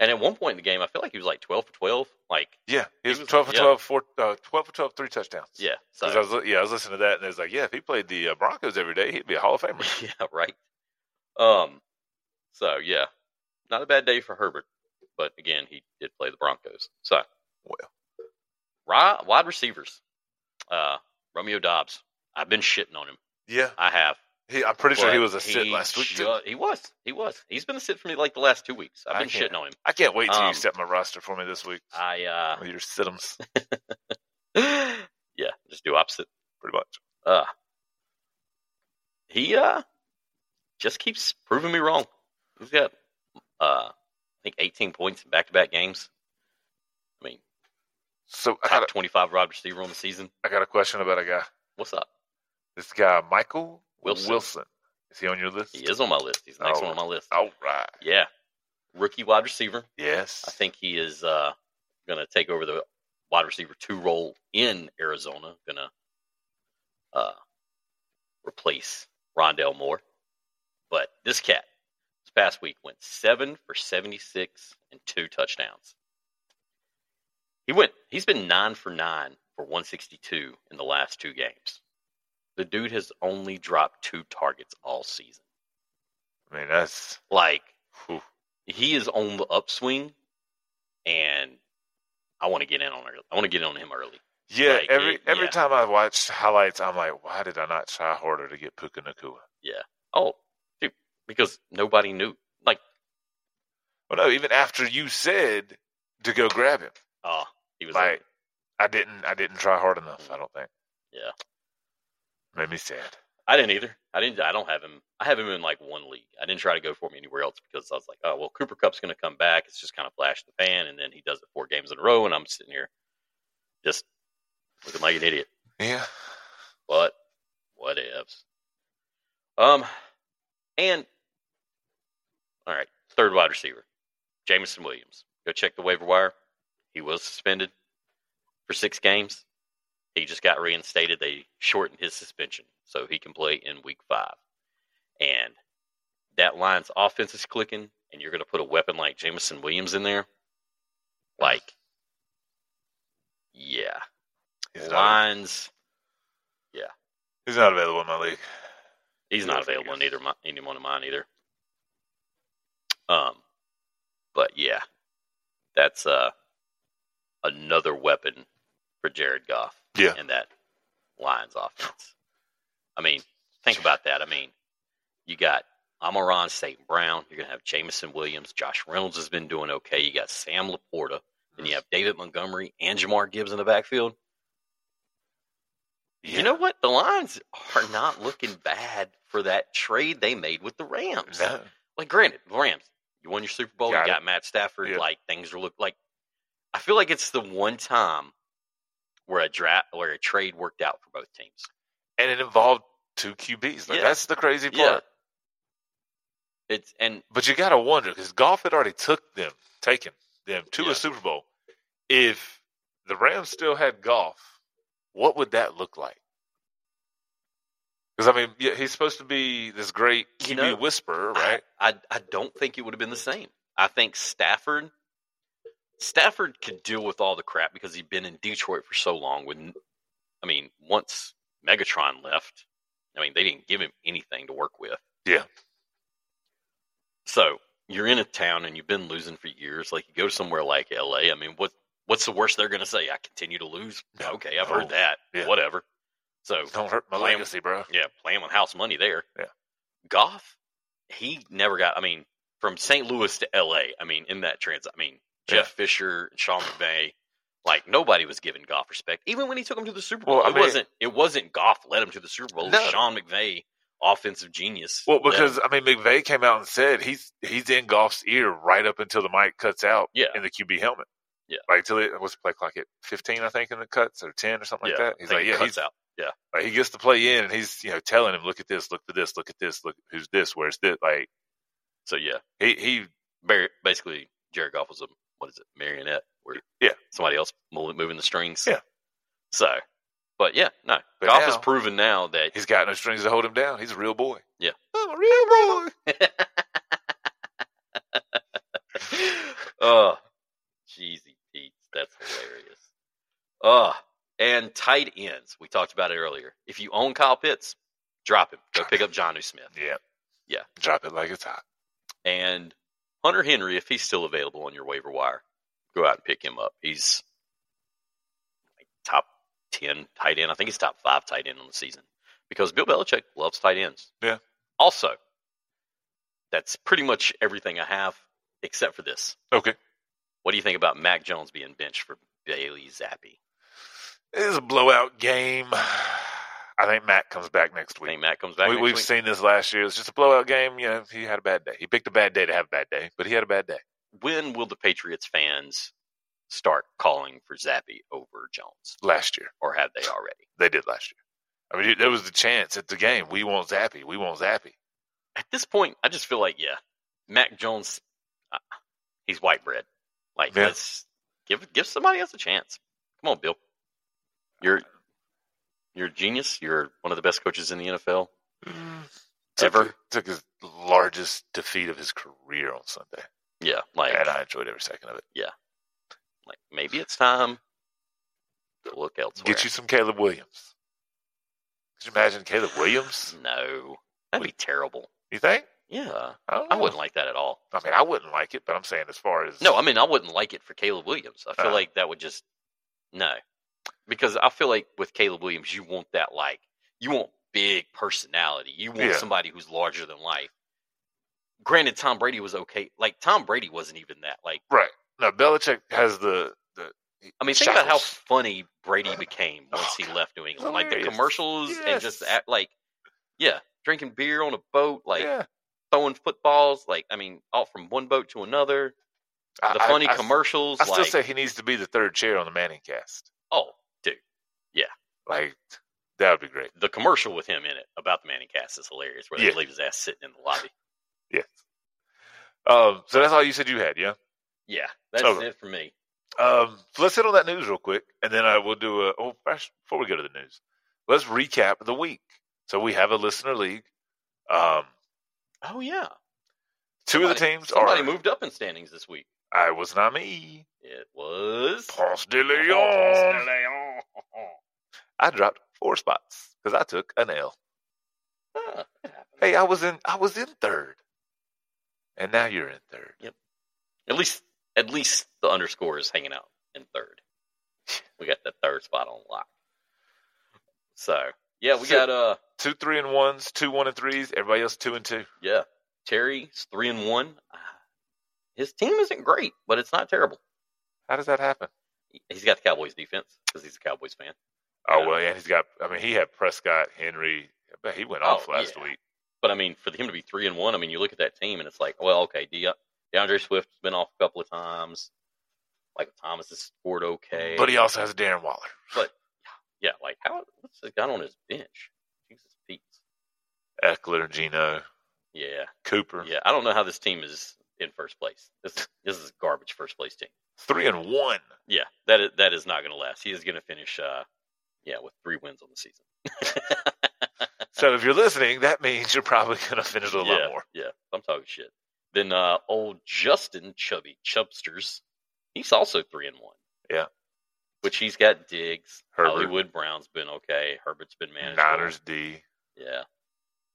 And at one point in the game, I feel like he was like 12 for 12. Like,
Yeah, he was,
was-
twelve for
yeah.
12, four, uh, 12 for 12, three touchdowns.
yeah.
'Cause I
So,
was, li- yeah, I was listening to that, and it was like, yeah, if he played the uh, Broncos every day, he'd be a Hall of Famer.
yeah, right. Um, so, yeah. Not a bad day for Herbert. But again, he did play the Broncos. So,
Well.
Ri- wide receivers. Uh, Romeo Dobbs. I've been shitting on him.
yeah,
I have.
he, I'm pretty sure he
But
was a sit
he
last week. too.
ju- he was. He was. He's been a sit for me like the last two weeks. I've
I
been
can't-
shitting on him.
I can't wait till
um,
you set my roster for me this week.
I uh
Your situms,
yeah, just do opposite.
pretty much.
Uh he uh just keeps proving me wrong. He's got uh I think eighteen points in back to back games. I mean
So I got, a,
top twenty five wide receiver on the season.
I got a question about a guy.
What's up?
This guy, Michael
Wilson.
Wilson. Is he on your list?
He is on my list. He's the next
Oh.
one on my list.
All right.
Yeah. Rookie wide receiver.
Yes.
I think he is uh, going to take over the wide receiver two role in Arizona. Going to uh, replace Rondell Moore. But this cat, this past week, went seven for seventy-six and two touchdowns. He went. He's been nine for nine for one sixty-two in the last two games. The dude has only dropped two targets all season.
I mean, that's
Like
whew.
he is on the upswing, and I want to get in on early. I want to get in on him early.
yeah.
Like,
every
it-
every
yeah.
time I watch highlights, I'm like, why did I not try harder to get Puka Nakua?
Oh, dude, because nobody knew. Like,
Well, no, oh, even after you said to go grab him,
oh, he was
like
like,
I didn't, I didn't try hard enough. I don't think.
Yeah.
Made me sad.
I didn't either. I didn't. I don't have him. I have him in like one league. I didn't try to go for him anywhere else because I was like, oh well, Cooper Cup's going to come back. It's just kind of flash in the pan, and then he does it four games in a row, and I'm sitting here just looking like an idiot.
Yeah.
But what ifs? Um, and all right, third wide receiver, Jamison Williams. Go check the waiver wire. He was suspended for six games. He just got reinstated. They shortened his suspension so he can play in week five. And that line's offense is clicking, and you're going to put a weapon like Jamison Williams in there. Like, yeah,
He's not,
lines.
he's not available in my league.
He's
Yeah,
not
I think
available in
it's-
either my, any one of mine either. Um, but yeah, that's uh another weapon for Jared Goff.
Yeah.
and that Lions offense. I mean, think about that. I mean, you got Amaron St. Brown. You're gonna have Jamison Williams. Josh Reynolds has been doing okay. You got Sam Laporta. Then you have David Montgomery and Jamar Gibbs in the backfield.
Yeah.
You know what? The Lions are not looking bad for that trade they made with the Rams.
No.
Like, granted, the Rams, you won your Super Bowl,
Got
you
it.
got Matt Stafford.
Yeah.
Like, things are look like. I feel like it's the one time where a draft where a trade worked out for both teams.
and it involved two QBs. Like
Yeah.
that's the crazy part.
Yeah. It's and
But you got to wonder because golf had already took them, taken them to
Yeah.
a Super Bowl. If the Rams still had golf, what would that look like? Because I mean, yeah, he's supposed to be this great QB
You know,
whisperer,
I-
right?
I, I don't think it would have been the same. I think Stafford Stafford could deal with all the crap because he'd been in Detroit for so long. When I mean, once Megatron left, I mean they didn't give him anything to work with.
Yeah.
So you're in a town and you've been losing for years. Like you go somewhere like L.A. I mean, what what's the worst they're going to say? I continue to lose.
No,
okay, I've
no.
heard that.
Yeah.
Whatever. So
Don't hurt my
Lamb-
legacy, bro.
yeah, playing with house money there.
Yeah.
Goff, he never got. I mean, from St. Louis to L.A. I mean, in that transit, I mean, Jeff Fisher, Sean McVay, like nobody was giving Goff respect. Even when he took him to the Super Bowl,
Well, I
it
mean-
wasn't. It wasn't Goff led him to the Super Bowl. It was
No.
Sean McVay, offensive genius.
Well,
led him.
because I mean, McVay came out and said he's he's in golf's ear right up until the mic cuts out
Yeah.
in the QB helmet.
Yeah.
like till it was play clock at fifteen, I think, in the cuts or ten or something
yeah, I
like that. He's
think
like,
it
yeah,
cuts
he's
out.
Like he gets to play in, and he's you know telling him, "Look at this, look for this, look at this, look who's this, where's this." Like
So yeah,
he he
Bar- basically Jared Goff was a what is it marionette? Where
Yeah.
somebody else mo- moving the strings.
Yeah.
So, but yeah, no,
But
Goff has
now-
proven now that
he's got no strings to hold him down. He's a real boy.
Yeah.
I'm a real boy.
oh, cheesy Pete. That's hilarious. Oh, and tight ends. We talked about it earlier. If you own Kyle Pitts, drop him. Go pick up Johnu Smith.
Yeah,
Yeah.
Drop it like it's hot.
And Hunter Henry, if he's still available on your waiver wire, go out and pick him up. He's like top 10 tight end. I think he's top five tight end on the season because Bill Belichick loves tight ends.
Yeah.
Also, that's pretty much everything I have except for this.
Okay,
What do you think about Mac Jones being benched for Bailey Zappi?
it is a blowout game. I think Matt comes back next
I
week.
think Matt comes back.
we,
next
we've
week?
seen this last year. It's just a blowout game. You know, he had a bad day. He picked a bad day to have a bad day, but he had a bad day.
when will the Patriots fans start calling for Zappi over Jones,
Last year,
or have they already?
they did last year. I mean, there was the chance at the game. We want Zappy. We want Zappy.
At this point, I just feel like yeah, Mac Jones, uh, he's white bread. Like
Yeah.
let's give give somebody else a chance. Come on, Bill. You're you're a genius. You're one of the best coaches in the NFL.
took,
Ever.
took his largest defeat of his career on Sunday,
Yeah, like
and I enjoyed every second of it.
like maybe it's time to look elsewhere.
Get you some Caleb Williams. Could you imagine Caleb Williams?
No, that'd be terrible.
You think?
Yeah,
I, don't
I
know.
wouldn't like that at all.
I mean, I wouldn't like it, but I'm saying as far as
No, I mean I wouldn't like it for Caleb Williams. I feel
Uh.
like that would just no, because I feel like with Caleb Williams, you want that like you want big personality. You want
Yeah.
somebody who's larger than life. Granted, Tom Brady was okay. Like Tom Brady wasn't even that. Like
right. No, Belichick has the the.
I mean, think about how
shackles.
funny Brady became once
Oh,
he
God.
left New England. Like the
Hilarious.
commercials and just
Yes.
act, like yeah, drinking beer on a boat, like
yeah.
throwing footballs. Like I mean, all from one boat to another.
I-
The
I-
funny
I-
commercials.
I still
like,
say he needs to be the third chair on the Manning cast.
oh,
Like that would be great.
the commercial with him in it about the Manning cast is hilarious, where they
Yeah.
leave his ass sitting in the lobby.
Yes. Um, so that's all you said you had, yeah.
Yeah, that's
Over.
it for me.
Um, so let's hit on that news real quick, and then I will do a. Oh, first, before we go to the news, let's recap the week. So we have a listener league. Um,
Oh yeah,
two of the
Somebody-
teams
somebody
are.
moved up in standings this week.
I was not me.
It was
Ponce de
Ponce de
Leon.
Leon.
I dropped four spots because I took an L.
Huh, it happens.
Hey, I was in. I was in third, and now you're in third.
At least, at least the underscore is hanging out in third. We got the third spot on lock. So yeah, we
So-
got uh
Two three and ones, two one and threes. Everybody else two and two.
yeah Terry's three and one. Ah, His team isn't great, but it's not terrible.
How does that happen?
He's got the Cowboys defense because he's a Cowboys fan.
Oh well, and he's got. I mean, he had Prescott, Henry. But he went off
Oh,
last
yeah.
week.
But I mean, for him to be three and one, I mean, you look at that team and it's like, well, okay, De- DeAndre Swift's been off a couple of times. Like Thomas has scored okay,
But he also has Darren Waller.
yeah, like how what's this guy on his bench? Jesus Pete.
Eckler, Gino,
Yeah,
Cooper.
yeah. I don't know how this team is in first place. This this is a garbage first place team.
Three and one.
Yeah, that is, that is not going to last. He is going to finish, uh, yeah, with three wins on the season.
So if you're listening, that means you're probably going to finish with a
yeah,
lot more.
Yeah, I'm talking shit. Then uh, old Justin Chubby Chubsters, he's also three and one.
Yeah.
which he's got Diggs,
Herbert.
Hollywood Brown's been okay, Herbert's been managed.
Niners D.
yeah,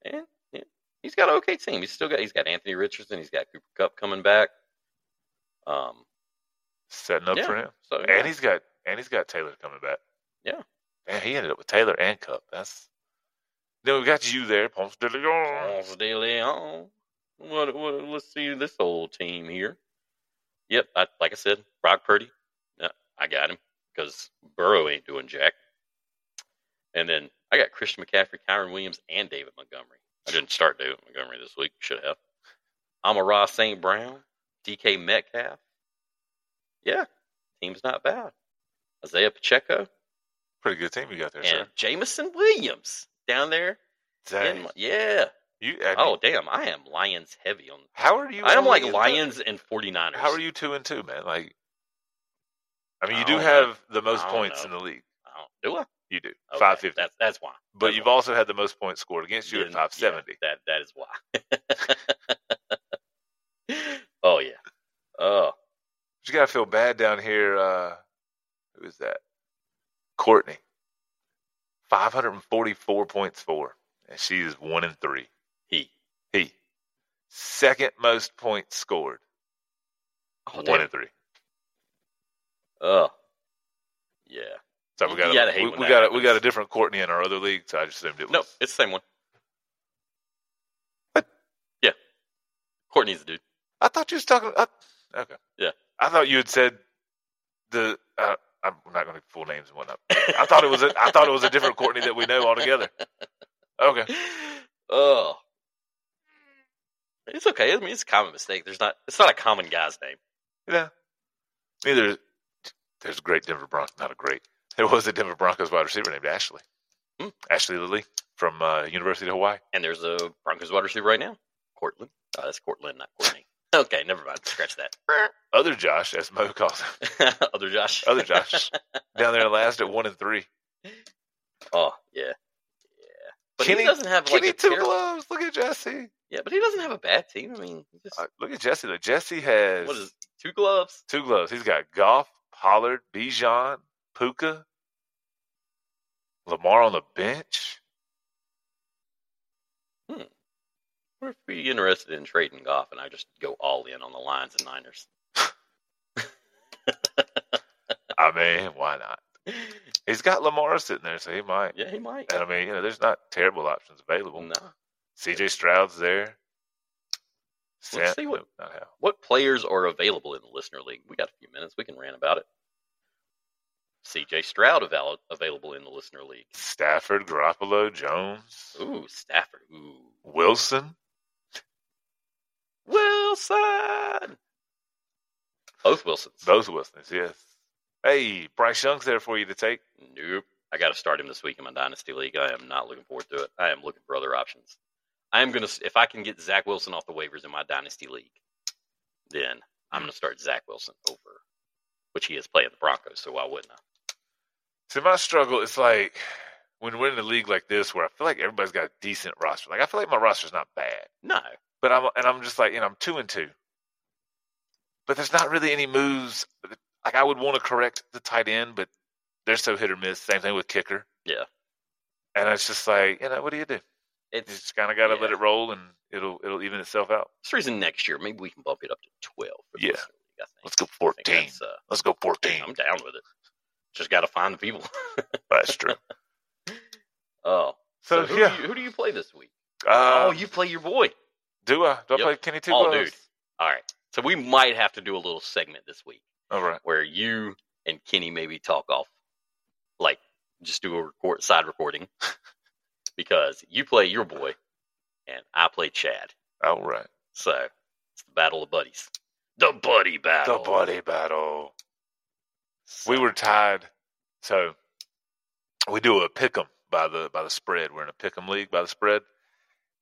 and yeah, he's got an okay team. He's still got he's got Anthony Richardson, he's got Cooper Cup coming back. Um,
setting up
Yeah.
for him.
so
And he's got and he's got Taylor coming back.
Yeah.
Man, he ended up with Taylor and Cup. That's then we got you there, Ponce de Leon.
Ponce de Leon. What, what, let's see this old team here. Yep, I, like I said, Brock Purdy. Yeah, I got him because Burrow ain't doing jack. And then I got Christian McCaffrey, Kyron Williams, and David Montgomery. I didn't start David Montgomery this week. Should have. I'm a Ross St. Brown, DK Metcalf. Yeah, team's not bad. Isaiah Pacheco
Pretty good team you got there,
and
sir.
Jamison Williams down there.
Dang.
In- yeah.
you, I mean,
Oh damn, I am Lions heavy on.
how are you?
I am
only
like
in the-
Lions and 49ers.
How are you two and two, man? Like, I mean, you
I
do
don't
have
know.
the most
I don't
points
know.
in the league.
I don't, do I?
You do
Okay,
five fifty,
That's that's why.
but
that's
you've
why.
also had the most points scored against you
Then,
at five seventy.
yeah, that that is why. oh yeah. Oh
But you got to feel bad down here. Uh, who is that? Courtney. 544 points for. And she is one and three.
he.
He. Second most points scored.
Oh
One
damn.
and three.
Oh. Yeah.
So we
You
got
gotta
a,
hate
we,
when
we
that
got a, we
happens.
got a different Courtney in our other league, so I just assumed it was
No, it's the same one. Yeah. Courtney's the dude.
I thought you was talking. I, okay.
Yeah.
I thought you had said the. Uh, I'm not going to full names and whatnot. I thought it was. A, I thought it was a different Courtney that we know altogether. Okay.
oh. It's okay. I mean, it's a common mistake. There's not. It's not a common guy's name.
Yeah. Neither. There's a great Denver Broncos. Not a great. There was a Denver Broncos wide receiver named Ashley.
Hmm.
Ashley Lilly from uh, University of Hawaii.
And there's a Broncos wide receiver right now, Cortland. Oh, that's Cortland, not Courtney. okay, never mind. Scratch that.
Other Josh, as Mo calls him.
Other Josh.
Other Josh down there last at one and three.
oh yeah, yeah. But
Kenny-
he doesn't have like
Kenny
a
two
terrible-
gloves. Look at Jesse.
yeah, but he doesn't have a bad team. I mean, he's just,
Uh, look at Jesse. Though Jesse has
what is it, two gloves?
Two gloves. He's got Goff, Pollard, Bijan, Puka, Lamar on the bench.
What if we interested in trading Goff and I just go all in on the Lions and Niners?
I mean, why not? He's got Lamar sitting there, so he might.
yeah, he might.
And I mean, you know, there's not terrible options available.
No.
CJ Stroud's there.
Let's see what-
no, not how.
What players are available in the listener league? We got a few minutes. We can rant about it. C.J. Stroud avail- available in the listener league.
Stafford, Garoppolo, Jones,
Ooh, Stafford. Ooh,
Wilson.
Wilson. Both Wilsons.
Those Wilsons, yes. Hey, Bryce Young's there for you to take.
Nope. I got to start him this week in my dynasty league. I am not looking forward to it. I am looking for other options. I am gonna if I can get Zach Wilson off the waivers in my dynasty league, then I'm gonna start Zach Wilson over, which he is playing the Broncos. So why wouldn't I?
See, my struggle is like when we're in a league like this where I feel like everybody's got a decent roster. Like I feel like my roster's not bad.
No.
But I'm and I'm just like, you know, I'm two and two. But there's not really any moves. Like I would want to correct the tight end, but they're so hit or miss. Same thing with kicker.
Yeah.
And it's just like, you know, what do you do? You
It's
just kind of got to let
Yeah.
it roll, and it'll it'll even itself out.
It's the reason next year maybe we can bump it up to twelve. For the
Yeah.
listener league, I think.
Let's go
I think
fourteen.
that's, uh,
Let's go fourteen.
I'm down with it. Just got to find the people.
That's true.
oh,
So,
so, who,
yeah.
do you, who do you play this week?
Uh,
oh, you play your boy.
do I do I
Yep.
play Kenny two
Oh,
gloves?
dude. All right. So we might have to do a little segment this week
All right.
where you and Kenny maybe talk off like just do a record, side recording because you play your boy and I play Chad.
All right.
So it's the battle of buddies. The buddy
The
battle.
buddy battle.
So-
We were tied, so we do a pick'em by the by the spread. We're in a pick'em league by the spread,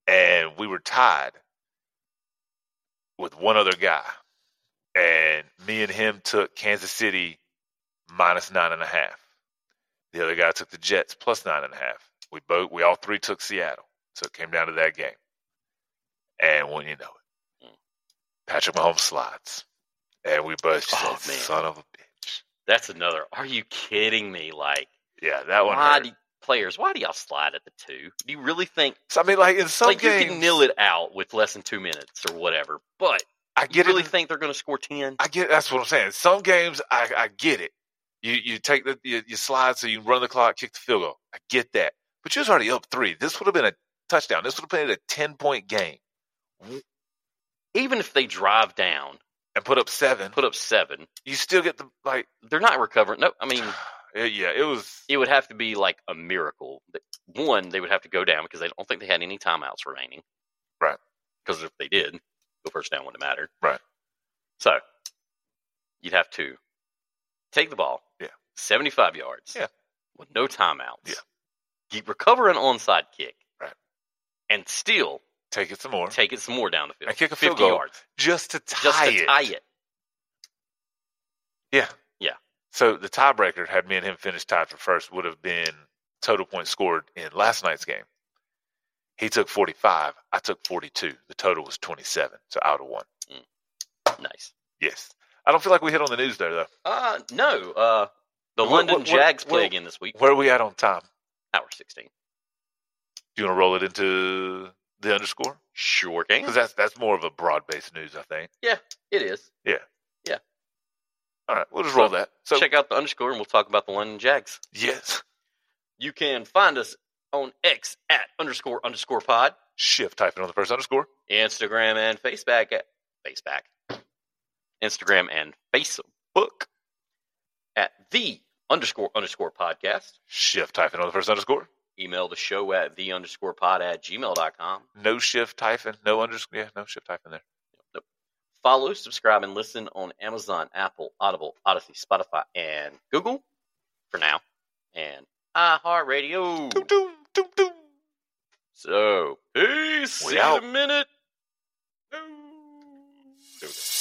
and we were tied with one other guy, and me and him took Kansas City minus nine and a half. The other guy took the Jets plus nine and a half. We both we all three took Seattle, so it came down to that game, and when you know it,
Mm.
Patrick Mahomes slides, and we both just
Oh,
said,
man.
"Son of a bitch."
That's another. Are you kidding me? Like,
Yeah, that one.
why
hurt.
do players? Why do y'all slide at the two? Do you really think
So, I mean, like in some
like
games,
you can nil it out with less than two minutes or whatever? But
I
you
get
really
it.
think they're going to score ten?
I get that's what I'm saying. Some games, I, I get it. You you take the you, you slide so you can run the clock, kick the field goal. I get that. But you was already up three. This would have been a touchdown. This would have been a ten point game
Even if they drive down,
and put up seven.
put up seven,
You still get the like.
they're not recovering. No, I mean
Yeah, yeah, it was.
it would have to be like a miracle. that- One, they would have to go down because I don't think they had any timeouts remaining.
Right.
Because if they did, the first down wouldn't matter.
Right.
So you'd have to take the ball.
Yeah.
Seventy-five yards.
Yeah.
With no timeouts.
Yeah.
You recover an onside kick.
Right.
And still
Take it some more,
take it some more down the field.
And kick a field
Fifty
goal.
yards.
just to tie
Just to
it.
tie it.
Yeah,
Yeah.
So the tiebreaker had me and him finished tied for first would have been total points scored in last night's game. He took 45. I took 42. The total was 27. So I would have won.
Nice.
Yes. I don't feel like we hit on the news there, though.
Uh no. Uh the
What-
London
what- what-
Jags play
what-
again this week.
Where are we at on time?
Hour sixteen.
Do you want to roll it into the underscore?
Sure can.
Because that's, that's more of a broad based news, I think.
It is.
All right. We'll just roll
So,
that. So,
Check out the underscore and we'll talk about the London Jags.
yes.
You can find us on X at underscore underscore pod,
Shift typing on the first underscore.
Instagram and Facebook at Facebook, Instagram and Facebook at the underscore underscore podcast.
Shift typing on the first underscore.
Email the show at the underscore pod at gmail.com.
No shift typing. No underscore. Yeah, no shift typing there.
Follow, subscribe, and listen on Amazon, Apple, Audible, Odyssey, Spotify, and Google for now, and iHeartRadio.
Doom, doom, doom, doom.
So, peace.
We
See you in
out.
a minute.
No.
There we go.